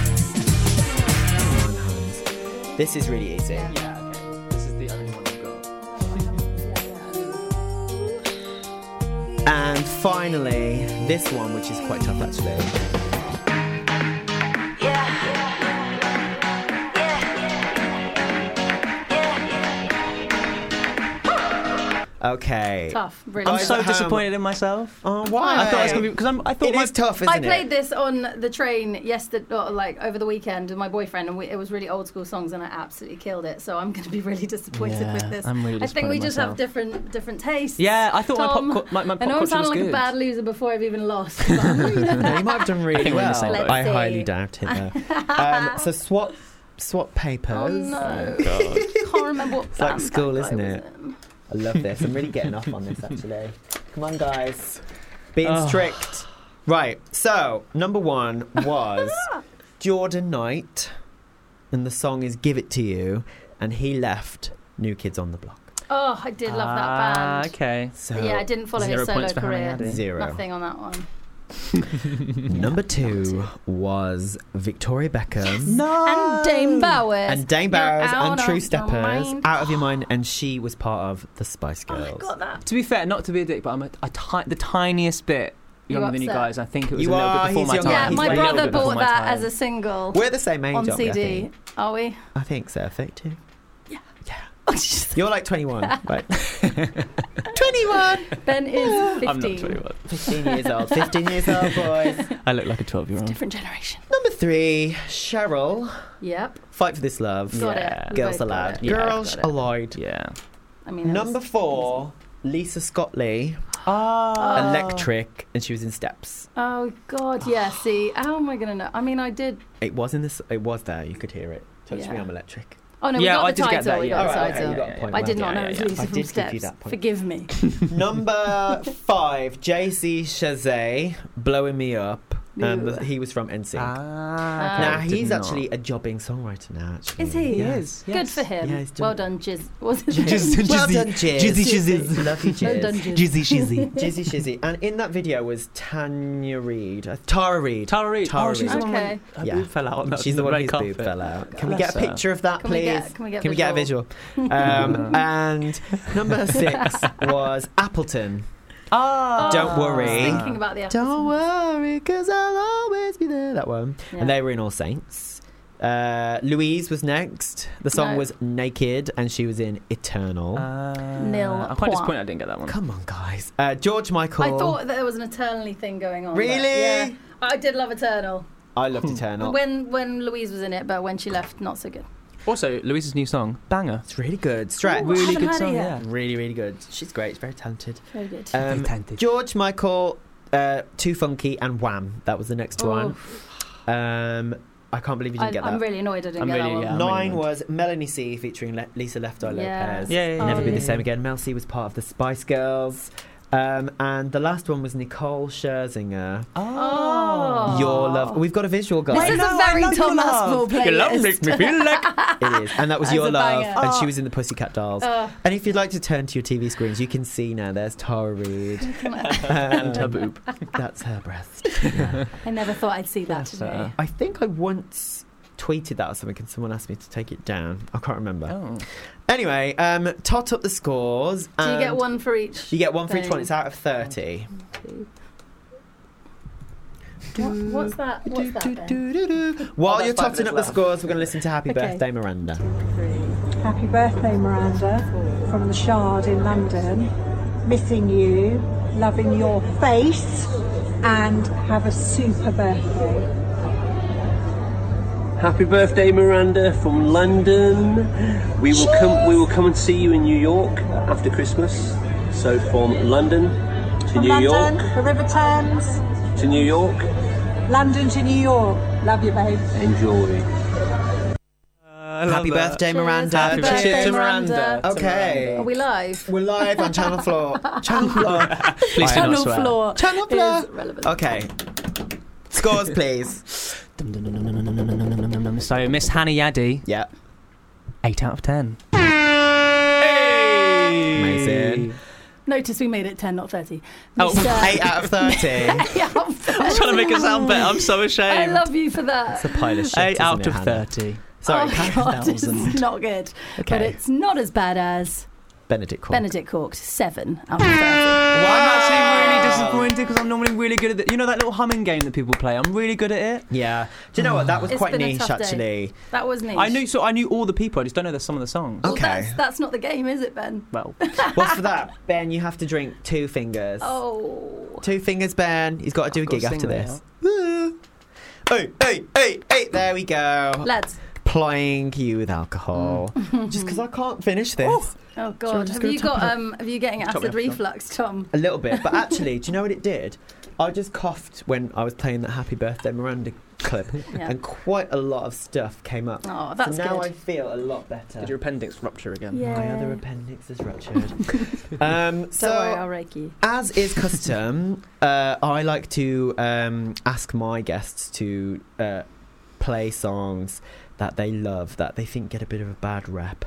S3: Come on, Hans. This is really easy.
S5: Yeah, okay. This is the only one I've got.
S3: And finally, this one, which is quite tough actually. Okay.
S4: Tough, really.
S5: I'm
S3: Guys
S5: so
S3: at home-
S5: disappointed in myself.
S3: Oh, why?
S5: I thought it was gonna be because I'm. I thought
S3: It
S5: my
S3: is tough, isn't
S4: I played
S3: it?
S4: this on the train yesterday, or like over the weekend, with my boyfriend, and we, it was really old school songs, and I absolutely killed it. So I'm going to be really disappointed
S5: Yeah,
S4: with this.
S5: I'm really
S4: I think we
S5: disappointed
S4: just
S5: myself.
S4: have different different tastes.
S5: Yeah, I thought my
S4: Tom,
S5: popcorn- my- my
S4: I know I'm
S5: popcorn
S4: sounding
S5: was
S4: like a
S5: good.
S4: bad loser before I've even lost. but-
S3: you might have done really
S5: think we're in the
S3: well.
S5: same boat.
S3: I
S4: Let's see.
S3: highly doubt it though. um, so swap, swap papers.
S4: oh no! Can't remember what.
S3: like
S4: band
S3: school,
S4: that guy
S3: isn't
S4: was
S3: it?
S4: in.
S3: I love this. I'm really getting off on this actually. Come on, guys. Being
S5: Oh.
S3: strict. Right. So number one was Jordan Knight, and the song is "Give It to You," and he left New Kids on the Block.
S4: Oh, I did love that
S5: Ah,
S4: band.
S5: okay.
S3: So
S4: But yeah, I didn't follow
S5: Zero
S4: his solo
S5: points for Hannah
S4: career.
S5: Yadi.
S3: Zero.
S4: Nothing on that one.
S3: Number two was Victoria Beckham.
S5: No.
S4: And Dame Bowers.
S3: And Dane
S4: You're
S3: Barrows
S4: out
S3: and True
S4: of your
S3: Steppers
S4: mind.
S3: out of your mind, and she was part of the Spice
S4: Oh
S3: Girls.
S4: my god, that.
S5: To be fair, not to be a dick, but I'm a, a ti- the tiniest bit
S4: You
S5: younger than you
S4: upset?
S5: guys. I think it was
S3: You
S5: a little
S3: are,
S5: bit before
S3: he's
S5: my
S3: younger.
S5: time.
S4: Yeah,
S3: he's
S4: my
S3: way
S5: Little
S4: brother
S5: bit before
S4: bought
S5: my
S4: that
S5: time.
S4: as a single
S3: We're the same age,
S4: on
S3: aren't we, I
S4: CD.
S3: think?
S4: Are we?
S3: I think so, 32.
S4: Oh, she's-
S3: You're like 21, right?
S4: ben is 15.
S5: I'm not 21.
S3: 15 years old, 15 years old, boys.
S5: I look like a 12 year old.
S4: Different generation.
S3: Number three, Cheryl,
S4: Yep.
S3: Fight for This Love.
S4: Got
S5: Yeah.
S4: it. We both
S3: Girls
S4: got
S3: Allowed.
S4: it.
S5: Yeah,
S3: Girls
S4: got it.
S3: Allowed.
S5: Yeah.
S4: I mean, that
S3: Number
S4: was-
S3: four, Lisa Scottley,
S5: Ah.
S3: Electric, and she was in Steps.
S4: Oh god, yeah. See, how am I gonna know? I mean, I did.
S3: It was in this, it was there, you could hear it. Touch me,
S4: Yeah.
S3: I'm electric.
S4: Oh no,
S5: Yeah, I
S4: we got the
S5: did get
S4: title.
S5: that,
S4: We
S5: yeah.
S4: got the
S3: Alright, okay,
S4: title.
S3: you got a point.
S4: I did not
S5: Yeah,
S4: know
S5: yeah,
S4: it
S5: yeah.
S4: was Lisa
S3: I
S4: from
S3: did give you
S4: Steps.
S3: that point.
S4: Forgive me.
S3: Number five, JC Chazet, blowing me up. And
S4: Ooh.
S3: the- he was from NSYNC.
S5: Ah,
S4: okay.
S3: now
S5: Did
S3: he's
S5: not.
S3: actually a jobbing songwriter now. Actually,
S4: Is he?
S5: He
S3: Yeah.
S5: is.
S4: Good for him.
S3: Yeah, he's done-
S4: well done, Jizz. Was it
S5: Jizz- Jizzy.
S3: Well done, Jizz.
S5: Jizzy Shizzy.
S3: Love you,
S4: Well done,
S3: Jizz.
S4: Jizz.
S5: Jizzy shizzy.
S3: Jizzy Shizzy. And in that video was Tanya Reid. Uh, Tara Reid.
S5: Tara Reid.
S3: Tara
S5: oh, she's
S3: Reid.
S5: the one
S4: Okay.
S5: when her
S3: Yeah.
S5: boob fell out.
S3: She's the one
S5: red
S3: whose
S5: carpet.
S3: boob fell out. Can we
S5: Bless
S3: get a
S5: her.
S3: picture of that,
S4: Can we
S3: please?
S4: get- can we get
S3: a
S4: visual?
S3: visual? Um, and number six was Appleton.
S5: Ah.
S3: Don't worry.
S4: Oh, Thinking about the episode.
S3: Don't worry, because I'll always be there. That one.
S4: Yeah.
S3: And they were in All Saints. Uh, Louise was next. The song
S4: No. Uh,
S3: was Naked, and she was in Eternal.
S5: Ah.
S4: Nil
S5: I'm
S4: point.
S5: quite disappointed I didn't get that one.
S3: Come on, guys. Uh, George Michael.
S4: I thought that there was an eternally thing going on. but
S3: Really?
S4: Yeah. I did love Eternal.
S3: I loved Eternal.
S4: When when Louise was in it, but when she left, not so good.
S5: Also, Louise's new song, banger.
S3: it's really good. Stretch.
S4: Ooh, I
S5: Really
S4: haven't
S5: good
S4: heard it
S5: song.
S4: yet.
S5: Yeah.
S3: Really, really good. She's great. She's very talented.
S4: Very good.
S3: Um,
S5: talented.
S3: George Michael, uh, Too Funky, and Wham. That was the next one. Um, I can't believe you
S4: I,
S3: didn't get that.
S4: am really annoyed I didn't
S5: I'm
S4: get
S5: really-
S4: that
S5: yeah.
S4: one.
S3: Nine
S5: Amazing.
S3: was Melanie C featuring Le- Lisa Left Eye
S4: Yeah.
S3: Lopez. Um,
S5: Yeah, yeah, yeah.
S3: Never Be
S4: Oh,
S3: the Same Again. Mel C was part of the Spice Girls. Um, and the last one was Nicole Scherzinger.
S4: Oh.
S3: Your love. We've got a visual guy.
S4: This is a very Tom Aspel playlist.
S5: me feel like.
S3: it is. And that was
S4: That's
S3: Your
S4: a
S3: Love.
S4: banger.
S3: And she was in the Pussycat Dolls.
S4: Oh.
S3: and if you'd like to turn to your TV screens, you can see now there's Tara Reid.
S5: And her boob.
S3: That's her breast.
S4: I never thought I'd see that
S5: Bless
S4: today.
S5: her.
S3: I think I once tweeted that or something and someone asked me to take it down. I can't remember.
S5: Oh.
S3: Anyway, um, tot up the scores.
S4: Do you get
S3: and
S4: one for each?
S3: You get one for each
S4: thing?
S3: one. It's out of 30.
S4: What, what's that? What's that? Oh, Ben?
S3: Do-do-do. While
S5: that's
S3: you're
S5: five
S3: totting up the
S5: minutes
S3: scores, we're going to listen to Happy
S4: Okay.
S3: Birthday Miranda.
S10: Happy birthday, Miranda, from the Shard in London. Missing you, loving your face, and have a super birthday.
S11: Happy birthday, Miranda from London. We will come. We will come and see you in New York after Christmas. So from London to
S10: From
S11: New
S10: London,
S11: York
S10: the River Thames,
S11: to New York.
S10: London to New York. Love you, babe.
S11: Enjoy.
S3: Happy birthday,
S4: Cheers,
S3: Miranda.
S4: happy
S3: Cheers
S4: birthday,
S3: to
S4: Miranda.
S3: Miranda. Okay.
S4: Are we live?
S3: We're live on Channel Floor. Channel Floor. Please
S4: Channel Floor.
S3: Channel
S4: is
S3: Floor.
S4: relevant.
S3: Okay. Scores, please.
S5: So Miss Hannah Yaddy.
S3: Yeah.
S5: Eight out of ten.
S3: Amazing.
S4: Notice we made it 10, not 30.
S5: Oh,
S4: Mr.
S5: eight
S3: uh,
S5: out of 30.
S4: Eight out of 30.
S5: I'm trying to make it sound better. I'm so
S4: I
S5: ashamed.
S4: love you for that.
S5: Eight
S3: isn't
S5: out
S3: it,
S5: of
S3: Hannah?
S5: thirty.
S3: Sorry,
S4: oh,
S3: Karen
S4: God, it's
S3: Nelson.
S4: not good. But
S3: Okay.
S4: it's not as bad as
S3: Benedict Cor-
S4: Benedict Corked. Seven out of 30.
S5: Well, I'm actually really disappointed because I'm normally really good at it. You know that little humming game that people play. I'm really good at it.
S3: Yeah. Do you know what? That was
S4: It's
S3: quite
S4: been a
S3: niche,
S4: tough day.
S3: actually.
S4: That was niche.
S5: I knew so I knew all the people. I just don't know the, some of the songs.
S4: Well,
S3: Okay.
S4: that's, that's not the game, is it, Ben?
S5: Well,
S3: Well, for that, Ben, you have to drink two fingers.
S4: Oh.
S3: Two fingers, Ben. He's got to do a
S5: got to
S3: gig after
S5: sing
S3: this. Woo. Hey, hey, hey, hey, there we go.
S4: Lads.
S3: Plying you with alcohol.
S4: Mm.
S3: Just because I can't finish this.
S4: Oh,
S3: Shall we
S4: God.
S3: just
S4: Have
S3: go
S4: you got,
S3: top it up?
S4: um, have you getting
S3: Top it
S4: acid
S3: up, Tom.
S4: reflux, Tom?
S3: A little bit, but actually, do you know what it did? I just coughed when I was playing that Happy Birthday Miranda clip,
S4: Yeah.
S3: and quite a lot of stuff came up.
S4: Oh, that's
S3: so now
S4: good.
S3: I feel a lot better.
S5: Did your appendix rupture again?
S3: My
S4: Yeah.
S3: other appendix is ruptured. um,
S4: Don't worry, I'll
S3: so,
S4: rake you.
S3: as is custom, uh, I like to um, ask my guests to uh, play songs that they love, that they think get a bit of a bad rep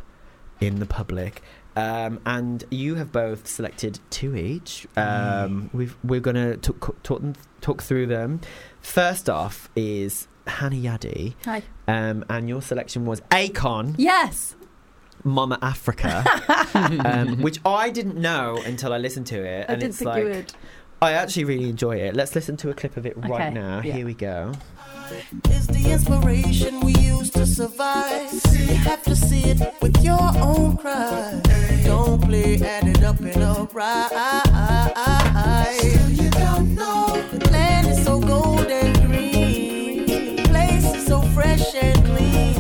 S3: in the public. Um, and you have both selected two each. Um, we've, we're going to talk, talk, them- talk through them. First off is Hani Yadi,
S4: Hi.
S3: um, and your selection was Akon.
S4: Yes.
S3: Mama Africa, um, which I didn't know until I listened to it.
S4: I
S3: and
S4: didn't
S3: it's
S4: think
S3: like,
S4: you would.
S3: I actually really enjoy it. Let's listen to a clip of it right
S4: Okay,
S3: now.
S4: yeah.
S3: Here we go.
S12: is the inspiration we use to survive. You have to see it with your own cry. Don't play at it up and upright. You don't know the land is so gold and green, the place is so fresh and clean.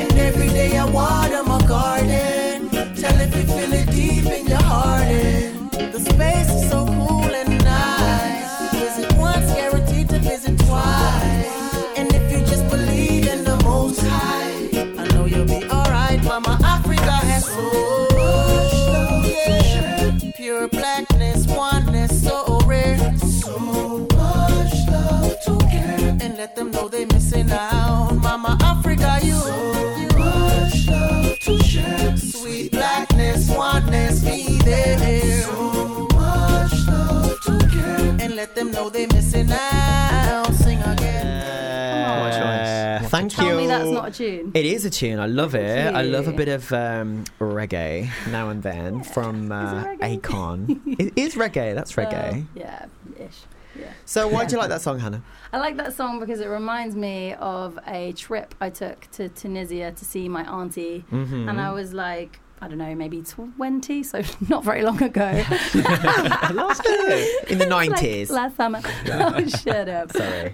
S12: And every day I water my garden. Tell if you feel it deep in your heart. And the space is so cool and nice. Visit once, guaranteed to visit twice. And if you just believe in the most high, I know you'll be alright. Mama Africa has so much yeah. Pure blackness, oneness, so rare. So much love to care. And let them know they missing out. Mama Africa, you so much love to share. Sweet blackness, oneness, be there. So much love to care. And let them know they missing out. Sing again.
S3: Uh, thank
S4: Tell
S3: you.
S4: me that's not a tune.
S3: It is a tune. I love it. I love a
S4: you.
S3: bit of um, reggae now and then from uh, Akon. it is reggae. That's reggae.
S4: Well, yeah, ish. Yeah.
S3: so why do you like that song, Hannah?
S4: I like that song because it reminds me of a trip I took to Tunisia to see my auntie,
S3: Mhm.
S4: and I was like, I don't know, maybe twenty, so not very long ago.
S3: Last year in the nineties.
S4: Last Uh, summer. Oh, shut up.
S3: Sorry.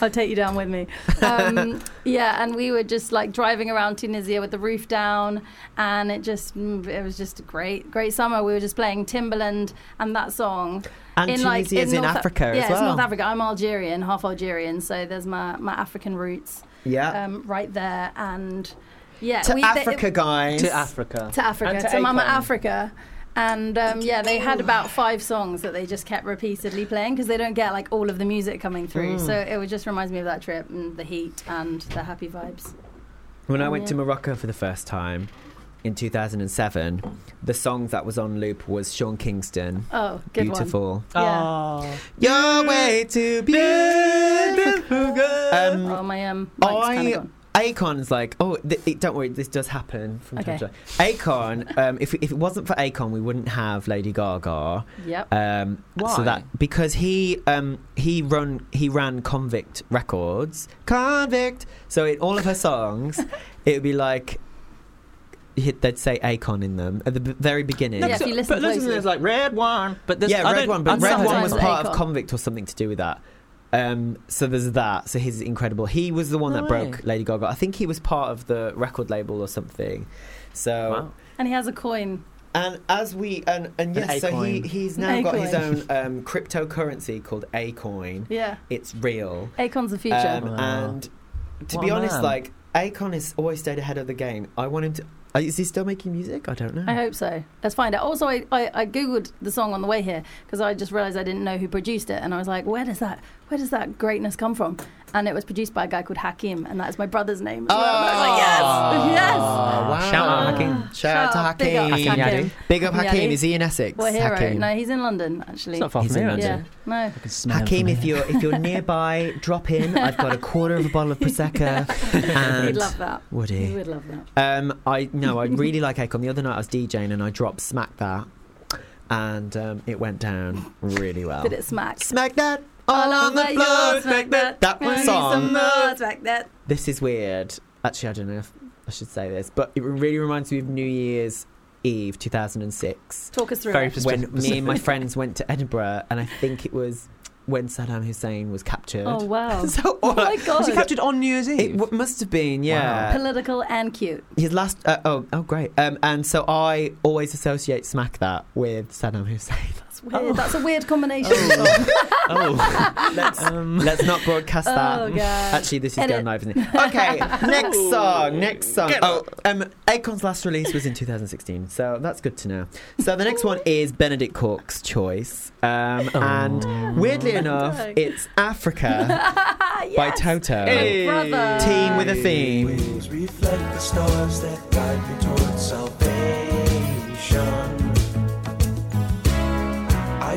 S4: I'll take you down with me. Um, yeah, and we were just like driving around Tunisia with the roof down, and it just mm, it was just a great great summer. We were just playing Timberland and that song.
S3: And Tunisia's in
S4: North
S3: Africa as
S4: yeah, it's
S3: well.
S4: North Africa. I'm Algerian, half Algerian, so there's my my African roots.
S3: Yeah.
S4: um, right there, and yeah,
S3: to
S4: we- they-
S3: Africa, guys.
S5: To Africa.
S4: to Africa,
S3: And
S4: to,
S3: to
S4: Mama
S3: Akon.
S4: Africa. And um, yeah, they had about five songs that they just kept repeatedly playing because they don't get like all of the music coming through.
S3: Mm.
S4: So it would just reminds me of that trip and the heat and the happy vibes.
S3: When I went
S4: Yeah.
S3: to Morocco for the first time in 2007, the song that was on loop was Sean Kingston.
S4: Oh, good one.
S3: Beautiful.
S4: Yeah.
S5: Ah.
S3: Your way to beautiful. Um,
S4: oh my um. Mike's kind of
S3: I.
S4: gone.
S3: Akon's like, oh, th- it, don't worry, this does happen from time to time. Akon, um, if, if it wasn't for Akon, we wouldn't have Lady Gaga.
S4: Yep.
S3: Um,
S5: Why?
S3: So that because he um, he run he ran Convict Records, Convict. So in all of her songs, it would be like he'd- they'd say Akon in them at the b- very beginning.
S4: Yeah, if you listen
S5: but listen,
S4: closely.
S5: there's like red one. But there's,
S3: Yeah,
S5: I
S3: Red
S5: don't-
S3: One,
S5: I
S3: but Red
S5: don't
S3: One
S5: like
S3: was
S5: that.
S3: part of
S4: Akon.
S3: Convict or something to do with that. Um, so there's that. So he's incredible. He was the one
S4: No
S3: that
S4: way.
S3: broke Lady Gaga. I think he was part of the record label or something. So
S4: And he has a coin.
S3: And as we and and yes, so he, he's now got his own um, cryptocurrency called Acoin.
S4: Yeah.
S3: It's real.
S4: Acon's the future.
S3: Um, And to
S4: What
S3: be
S4: a
S3: honest,
S4: man.
S3: like Akon has always stayed ahead of the game. I want him to. uh, Is he still making music? I don't know.
S4: I hope so. Let's find out. Also, I, I, I googled the song on the way here because I just realised I didn't know who produced it, and I was like, where does that where does that greatness come from? And it was produced by a guy called Hakim, and that's my brother's name. As well. And I was like, yes, yes.
S3: Ah!
S4: Ah,
S3: Shout out Hakim. Shout, out to
S4: Shout Ah. out. Big up Hakim
S3: Hakim.
S4: Hakim. Yadi.
S3: Big up
S4: Hakim
S3: Hakim.
S4: Yadi.
S3: Is he in Essex?
S4: What hero?
S3: Hakim.
S4: No, he's in London actually.
S3: It's not far from He's in here,
S4: Yeah.
S3: London.
S4: No.
S3: Hakim, if you're if you're nearby, drop in. I've got a quarter of a bottle of prosecco. And
S4: He'd love that.
S3: Would he?
S4: He would love that.
S3: Um, I no, I really like Akon. The other night I was DJing and I dropped Smack That, and um, it went down really well.
S4: Did it smack?
S3: Oh. Smack that
S4: all
S3: on the floor, smack that. That
S4: I
S3: one
S4: need
S3: song.
S4: some more, smack that.
S3: This is weird. Actually, I don't know if I should say this, but it really reminds me of New Year's Eve 2006.
S4: Talk us through Very it.
S3: When me and my
S4: specific.
S3: friends went to Edinburgh, and I think it was when Saddam Hussein was captured.
S4: Oh wow!
S3: So,
S4: oh my god!
S3: Was he captured
S5: on New Year's
S3: It w- must have been, yeah.
S4: Political and cute.
S3: His last. Uh, oh, oh, great. Um, and so I always associate smack that with Saddam Hussein.
S4: It's weird. That's a weird combination.
S3: oh, let's,
S5: Um,
S3: let's not broadcast that.
S4: Oh, God.
S3: Actually, this is
S4: Edit.
S3: going live. Isn't it? Okay, next
S4: Ooh.
S3: song. Next song.
S4: Get
S3: Oh, um, Akon's last release was in 2016, so that's good to know. So the next one is Benedict Cork's choice, um, and weirdly enough, it's Africa by Toto.
S2: Hey. Brother.
S3: Team with a theme.
S2: Waves reflect the stars that guide me towards salvation. I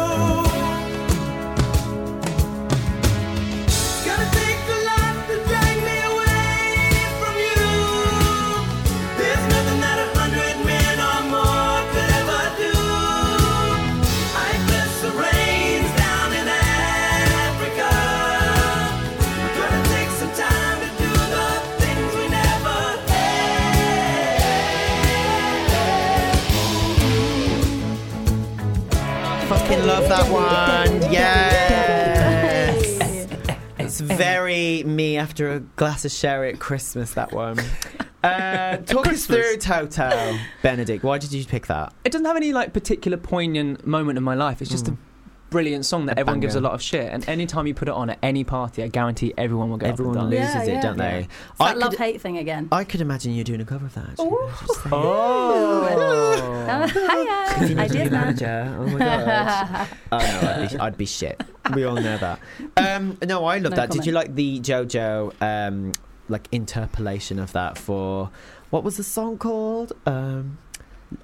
S2: Gotta take the life to drag me away from you. There's nothing that a hundred men or more could ever do. I bless the rains down in Africa. Gonna take some time to do the things we never
S3: Fucking love that one. Yes. It's very me after a glass of sherry at Christmas, that one. Uh, talk us through Toto. Benedict, why did you pick that?
S5: It doesn't have any like particular poignant moment in my life. It's just a brilliant song that everyone gives a
S3: Hmm. banger.
S5: lot of shit. And any time you put it on at any party, I guarantee everyone will get up and
S3: Everyone
S5: dance.
S3: loses
S4: Yeah,
S3: it, don't
S5: yeah.
S3: they?
S4: It's
S3: I
S4: that
S3: could,
S4: love hate thing again.
S3: I could imagine you doing a cover of that.
S5: Oh.
S3: Oh.
S4: Uh, hiya. I did that.
S3: manager. Oh my god. oh no, I'd be, I'd be shit. We all know that. Um, no, I love
S4: No
S3: that. Did you
S4: comment.
S3: like the JoJo um, like interpolation of that for what was the song called? Um,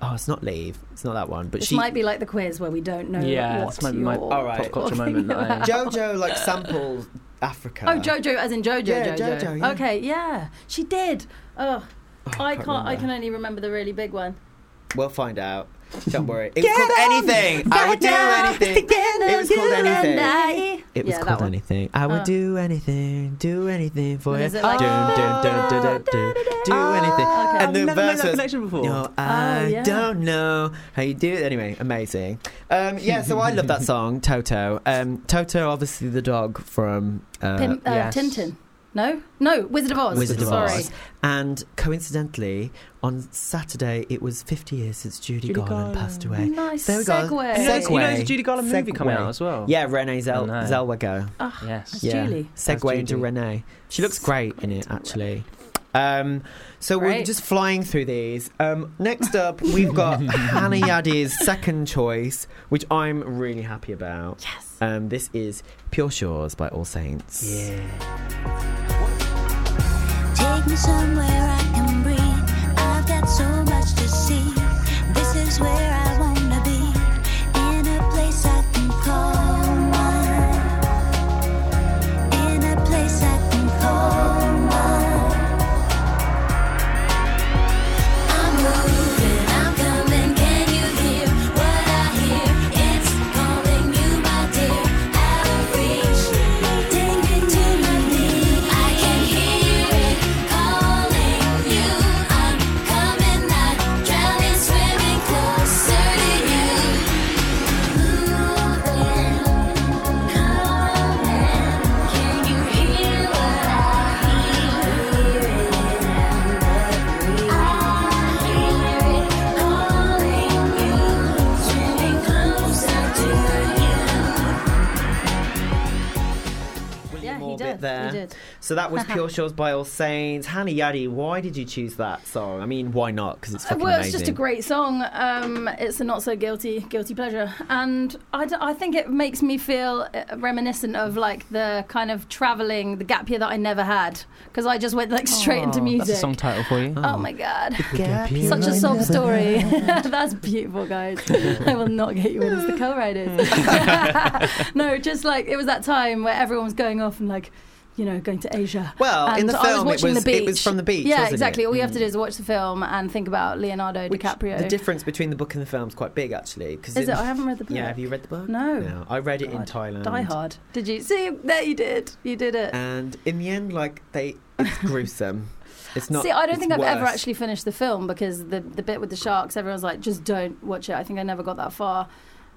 S3: oh, it's not Leave. It's not that one. But
S4: This
S3: she
S4: might be like the quiz where we don't know
S5: Yeah,
S4: what
S5: this might be my
S4: you're
S5: pop Alright. culture
S4: talking
S5: moment that I-
S4: about.
S3: JoJo like sampled Africa.
S4: Oh, Jojo, as in Jojo.
S3: Yeah,
S4: Jojo.
S3: Jojo, yeah.
S4: Okay, yeah, she did. Oh, I
S3: can't
S4: can't. I
S3: remember.
S4: can only remember the really big one.
S3: We'll find out. Don't worry. It was
S4: Get
S3: called
S4: on
S3: anything. I
S4: right
S3: would do
S4: now,
S3: anything. It was called
S4: you and
S3: anything.
S4: I.
S3: It was
S4: Yeah, that
S3: called
S4: one.
S3: anything. I would
S4: Oh.
S3: do anything, do anything for
S4: And
S3: you.
S4: is it like-
S3: Dun, dun, dun, dun, dun, dun, do anything.
S5: Ah, Okay.
S3: And
S5: I've
S3: the
S5: never made
S3: verse
S5: that
S3: was,
S5: connection before.
S3: No, I
S5: yeah.
S3: don't know how you do it. Anyway, amazing. Um, yeah, so I love that song, Toto. Um, Toto, obviously the dog from uh,
S4: Pim, uh, Tintin. No, no, Wizard of Oz.
S3: Wizard of
S4: Sorry.
S3: Oz. And coincidentally, on Saturday, it was 50 years since Judy,
S5: Judy
S3: Garland, passed away.
S4: Nice
S3: there we go.
S4: segue.
S5: You know, you know there's a
S3: Segue.
S5: Judy Garland movie coming
S3: Segue.
S5: out as well.
S3: Yeah, Renee Zell-
S5: I know.
S3: Zellweger.
S4: Ah,
S5: Yes. that's
S3: Yeah.
S5: Julie. That's
S3: Segue into
S5: Judy.
S3: Renee. She looks great in it, actually. Um, so we're
S5: Great.
S3: just flying through these. Um, next up, we've got Hannah Yadi's second choice, which I'm really happy about. Yes. Um, this is Pure Shores by All Saints. Yeah.
S7: Take me somewhere I can breathe. I've got so much to see. This is where I wanna be. In a place I can call mine. In a place I can call mine. I'm moving, I'm coming. Can you hear what I hear? It's calling you
S4: Ah, did.
S3: So that was Pure Shores by All Saints. Hannah Yaddy, why did you choose that song? I mean, why not? Because it's fucking
S4: Uh, well,
S3: amazing.
S4: it's just a great song. Um, it's a not so guilty, guilty pleasure, and I, d- I think it makes me feel uh, reminiscent of like the kind of traveling, the gap year that I never had because I just went like straight into music.
S5: That's a song title for you.
S4: Oh, my god,
S5: gap year
S4: such
S5: I
S4: a sob
S5: never
S4: story. That's beautiful, guys. I will not get you in as the co-writers. no, just like it was that time where everyone was going off and like. You know, going to Asia.
S3: Well, in
S4: And I
S3: the
S4: was
S3: film, it
S4: watching
S3: was-
S4: the beach.
S3: it was from the beach,
S4: Yeah,
S3: wasn't it?
S4: exactly. All you have to do
S3: Mm.
S4: is watch the film and think about Leonardo DiCaprio.
S3: The difference between the book and the film is quite big, actually. Cause
S4: Is it? I haven't read the
S3: Yeah,
S4: book.
S3: have you read the book?
S4: No.
S3: I read it in Thailand.
S4: Die Hard. Did you see? There you did. You did it.
S3: And in the end, like they, it's gruesome. It's not.
S4: see, I don't
S3: it's
S4: think I've ever
S3: worse.
S4: actually finished the film because the the bit with the sharks, everyone's like, just don't watch it. I think I never got that far.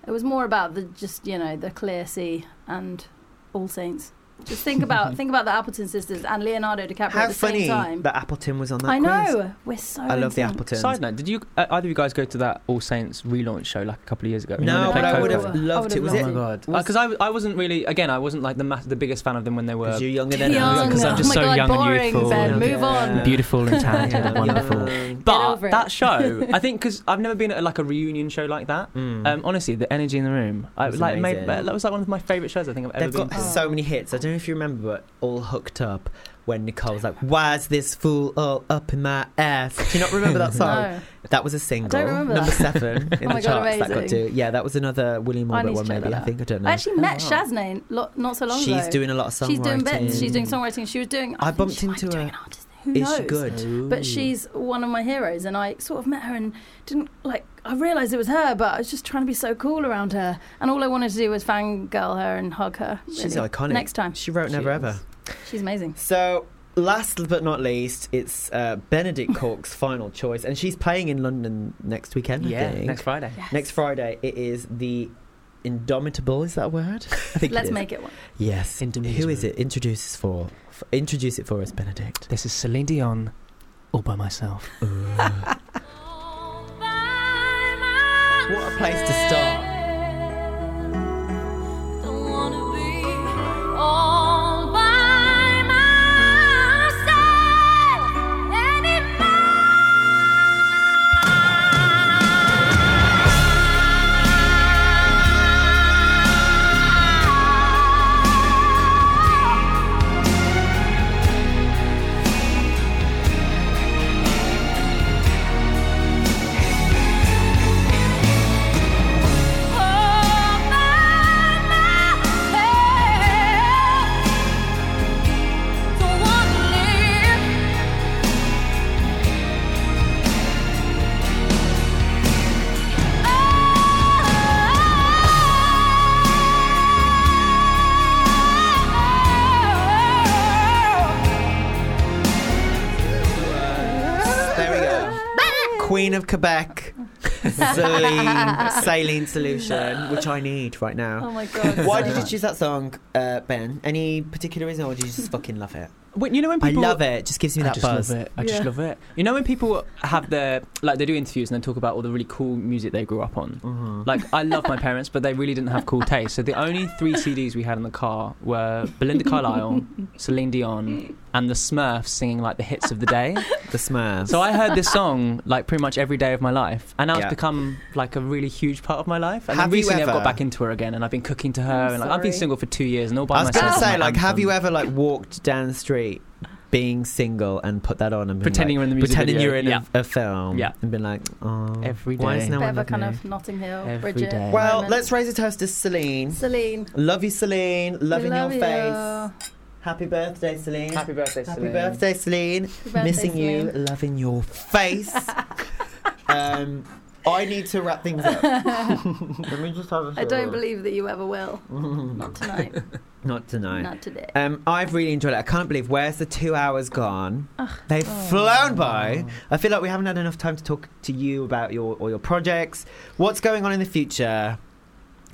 S4: It was more about the just you know the clear sea and All Saints. Just think about think about the Appleton sisters and Leonardo DiCaprio
S3: How
S4: at the
S3: funny
S4: same time.
S3: that Appleton was on that.
S4: I know.
S3: quiz.
S4: We're so.
S3: I love the
S4: in sync.
S3: Appletons.
S5: Side note: Did you uh, either of you guys go to that All Saints relaunch show like a couple of years ago?
S3: No,
S5: Remember
S3: but
S5: they
S3: I
S5: played
S3: would have
S5: Coldplay?
S3: loved it. Was
S5: oh
S3: it-
S5: my god! Because I, I wasn't really again I wasn't like the ma- the biggest fan of them when they were.
S3: Because you're younger
S4: than us.
S5: Because
S4: Young.
S5: I'm just
S4: Oh my
S5: so
S4: God,
S5: young
S4: boring,
S5: and youthful.
S4: Ben.
S5: and
S4: Move on.
S5: Beautiful and talented, and
S4: Yeah.
S5: wonderful.
S4: Get
S5: But
S4: over it.
S5: that show, I think, because I've never been at like a reunion show like that. Um, honestly, the energy in the room, I
S3: Mm. It was
S5: like made,
S3: amazing.
S5: that was like one of my favourite shows I think I've ever
S3: They've
S5: been.
S3: got
S5: to.
S4: Oh.
S3: so many hits. I don't know if you remember, but all hooked up when Nicole was like, "Why's this fool all up in my ass?" Do you not remember that song?
S4: No.
S3: That was a single,
S4: remember
S3: number
S4: that.
S3: seven in
S4: Oh my God,
S3: the charts. That got
S4: amazing.
S3: to yeah. That was another William
S4: I
S3: Orbit
S4: need to
S3: one,
S4: check
S3: maybe.
S4: that
S3: I think I don't know.
S4: I actually met Shazne lo- not so long ago.
S3: She's doing a lot of
S4: She's doing bits.
S3: songwriting.
S4: She's doing songwriting. She was doing. I,
S3: I
S4: think
S3: bumped
S4: she might be
S3: into
S4: doing
S3: her.
S4: an artist. Who
S3: Is
S4: knows?
S3: she good?
S4: But she's one of my heroes, and I sort of met her and didn't like. I realised it was her, but I was just trying to be so cool around her, and all I wanted to do was fangirl her and hug her.
S3: She's
S4: really.
S3: iconic.
S4: Next time,
S3: She wrote Never Ever.
S4: she's amazing.
S3: So, last but not least, it's uh, Benedict Cork's final choice, and she's playing in London next weekend.
S5: Yeah,
S3: I think.
S5: next Friday.
S3: Next Friday, it is the Indomitable. Is that a word? I think
S4: Let's
S3: is.
S4: make it one.
S3: Yes. Who is it? Introduce us for. f- Introduce it for us, Benedict.
S5: This is Celine Dion, all by myself.
S3: What a place to start.
S7: all by myself anymore.
S3: There we go. Queen of Quebec. Saline, saline solution, which I need right now.
S4: Oh my God,
S3: Why
S4: so
S3: did you
S4: much.
S3: choose that song, uh, Ben? Any particular reason, or did you just fucking love it?
S5: When, you know when
S3: I
S5: people-
S3: love it. It just gives me
S5: I
S3: that
S5: just
S3: buzz.
S5: Love it. I just love it. You know when people have their like they do interviews and they talk about all the really cool music they grew up on.
S3: Mm-hmm.
S5: Like I love my parents, but they really didn't have cool taste. So the only three CDs we had in the car were Belinda Carlisle, Celine Dion, and the Smurfs singing like the hits of the day.
S3: The Smurfs.
S5: So I heard this song like pretty much every day of my life, and now
S3: Yeah.
S5: it's become like a really huge part of my life. And
S3: Have
S5: then
S3: you
S5: recently I've
S3: ever-
S5: got back into her again, and I've been cooking to her,
S3: I'm
S5: and like, I've been
S3: sorry.
S5: single for two years and all by
S3: I was
S5: myself.
S3: gonna
S5: and
S3: say,
S5: my
S3: like, have
S5: anthem.
S3: you ever like walked down the street being single and put that on and been
S5: Pretending
S3: like-
S5: you're in the music
S3: pretending
S5: video.
S3: you're in
S5: Yeah.
S3: a, a film,
S5: Yeah.
S3: and been like, oh,
S5: Every
S3: Why
S5: day.
S3: is no
S4: Bit
S3: one
S4: of a
S3: love
S4: kind
S3: me?
S4: of Notting Hill,
S5: Every
S4: Bridget.
S5: day.
S3: Well,
S4: moment.
S3: let's raise a toast to Celine.
S4: Celine.
S3: Love you, Celine. Loving
S4: we love
S3: your face.
S4: you.
S3: Happy birthday, Celine.
S5: Happy birthday,
S3: Happy
S5: Celine.
S3: birthday, Celine.
S4: birthday,
S3: Missing you, loving your face. um, I need to wrap things up. Let me just have a
S4: I don't believe that you ever will.
S3: Not
S4: tonight.
S3: Not tonight.
S4: Not today.
S3: Um, I've really enjoyed it. I can't believe where's the two hours gone? They've
S4: Oh.
S3: flown by.
S5: Oh.
S3: I feel like we haven't had enough time to talk to you about your or your projects. What's going on in the future?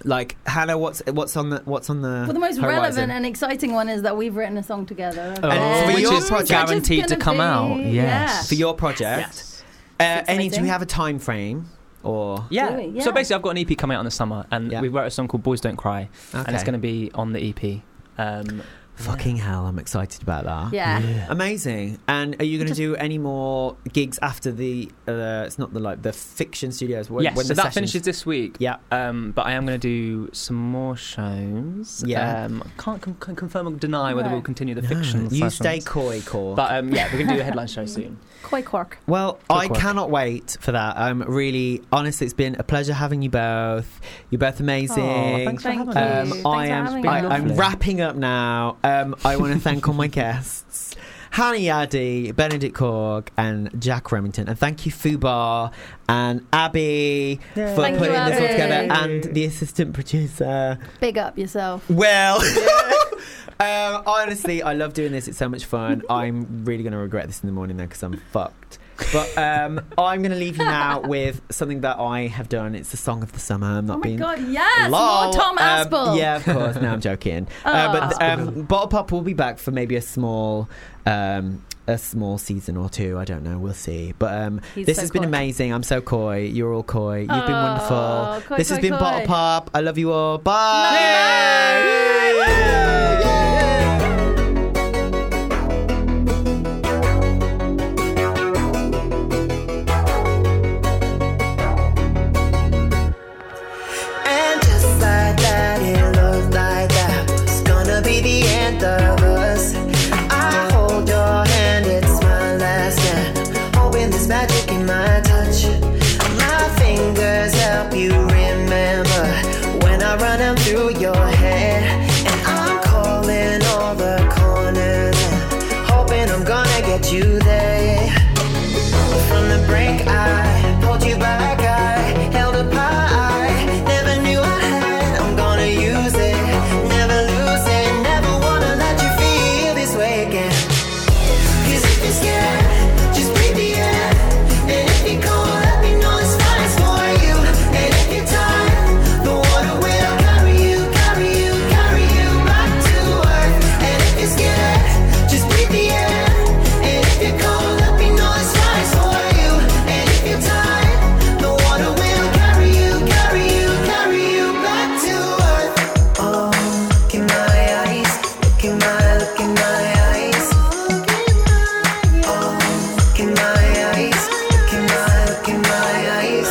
S3: Like Hannah, what's what's on the what's on the
S4: Well, the most
S3: horizon?
S4: relevant and exciting one is that we've written a song together.
S3: And for
S5: which
S3: your
S5: is
S3: project-
S5: guaranteed to come out.
S4: be-
S5: Yes.
S3: for your project. Uh, any do
S4: exciting.
S3: we have a time frame or
S5: Yeah.
S4: Really?
S5: So
S4: Yeah.
S5: basically, I've got an E EP coming out in the summer, and
S3: Yeah.
S5: we wrote a song called "Boys Don't Cry," and
S3: Okay.
S5: it's going to be on the EP. E Um,
S3: Fucking hell, I'm excited about that.
S4: Yeah. Yeah.
S3: Amazing. And are you going to
S4: Just-
S3: do any more gigs after the? Uh, it's not the like the fiction studios. When,
S5: yes,
S3: when
S5: so
S3: the
S5: that
S3: sessions-
S5: finishes this week.
S3: Yeah.
S5: Um, but I am going to do some more shows.
S3: Yeah.
S5: Um, I can't com- can confirm or deny whether
S3: No.
S5: we'll continue the
S3: No,
S5: fiction.
S3: you
S5: sessions.
S3: stay coy, Cork.
S5: But um, yeah, we're going to do a headline show soon.
S4: Koi Quark.
S3: Well,
S5: Good
S3: I
S5: work.
S3: cannot wait for that. I'm really honestly, it's been a pleasure having you both. You're both
S4: Oh,
S3: amazing. Um,
S5: Aw, thanks for having us. Thanks for
S3: I am.
S5: having
S3: I,
S5: us.
S3: I'm
S5: Lovely.
S3: wrapping up now. Um, I want to thank all my guests. Hannah Yadi, Benedict Korg, and Jack Remington. And thank you, Fubar and Abby, for
S4: Thank you,
S3: putting this all
S4: Abby.
S3: together, and the assistant producer.
S4: Big up yourself.
S3: Well, um, honestly, I love doing this. It's so much fun. I'm really going to regret this in the morning though because I'm fucked. But um, I'm going to leave you now with something that I have done. It's the song of the summer. I'm not
S4: Oh my
S3: being.
S4: god, yes,
S3: Lol.
S4: more Tom
S3: Um,
S4: Aspel.
S3: yeah, of course. No, I'm joking. Uh, but
S4: Aw.
S3: um, Bottle Pop will be back for maybe a small. Um, a small season or two, I don't know. We'll see. But um,
S1: He's
S3: this
S1: so
S3: has been
S1: coy.
S3: amazing. I'm so coy. You're all coy. You've been
S1: Oh,
S3: wonderful.
S1: coy,
S3: this has
S1: coy,
S3: been Bottle
S1: coy.
S3: Pop. I love you all. Bye.
S13: And just like that, it looked like that was gonna be the end of us. I hold your hand, it's my last hand. Hoping there's magic in my touch. My fingers help you remember when I run them through your hair. And I'm calling all the corners, and hoping I'm gonna get you there. From the break, I pulled you back. I held up high. Never knew I had. I'm gonna use it. Never lose it. Never wanna let you feel this way again. 'Cause if you're scared, just breathe the air. And if you're cold, let me know this fire's for you. And if you're tired, the water will carry you, carry you, carry you back to earth. And if you're scared, just breathe the air. And if you're cold, let me know this fire's for you. And if you're tired, the water will carry you, carry you, carry you back to earth. Oh, look in my eyes, look in my, look in my eyes. Oh, Look in my eyes, look in my, look in my eyes.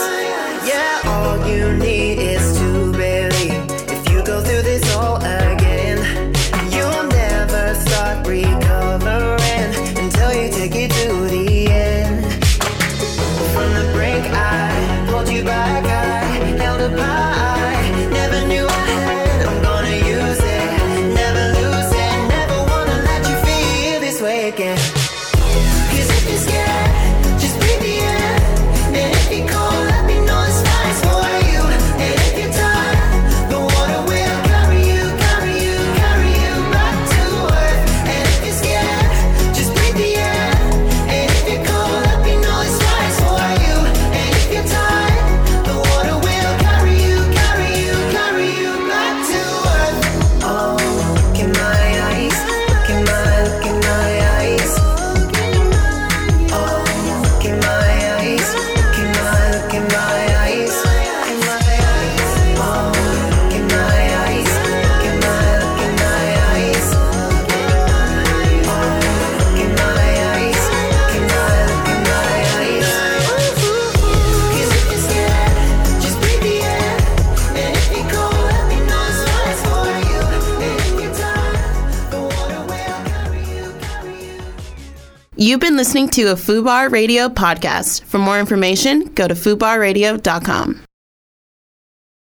S13: Yeah, all you need is to believe. If you go through this all again, you'll never start recovering until you take it to the end. From the break, I pulled you back, I held up high. Never knew I had. I'm gonna use it, never lose it. Never wanna let you feel this way again. 'Cause if you're scared, just breathe the air. And if you're cold, let me know this fire's for you. And if you're tired, the water will carry you, carry you, carry you back to earth. And if you're scared, just breathe the air. And if you're cold, let me know this fire's for you. And if you're tired, the water will carry you, carry you, carry you back to earth. Oh, look in my eyes, look in my, look in my eyes. Oh, Look in my eyes, look in my, look in my eyes. Oh, look in my eyes, look in my, look in my eyes. Oh, look in my eyes, look in my, look in my eyes. 'Cause if you're scared, just breathe the air. And if you're cold, let me know it's right for you. And if you're tired, the water will carry you, carry you.
S14: You've been listening to a FUBAR Radio podcast. For more information, go to fubarradio.com.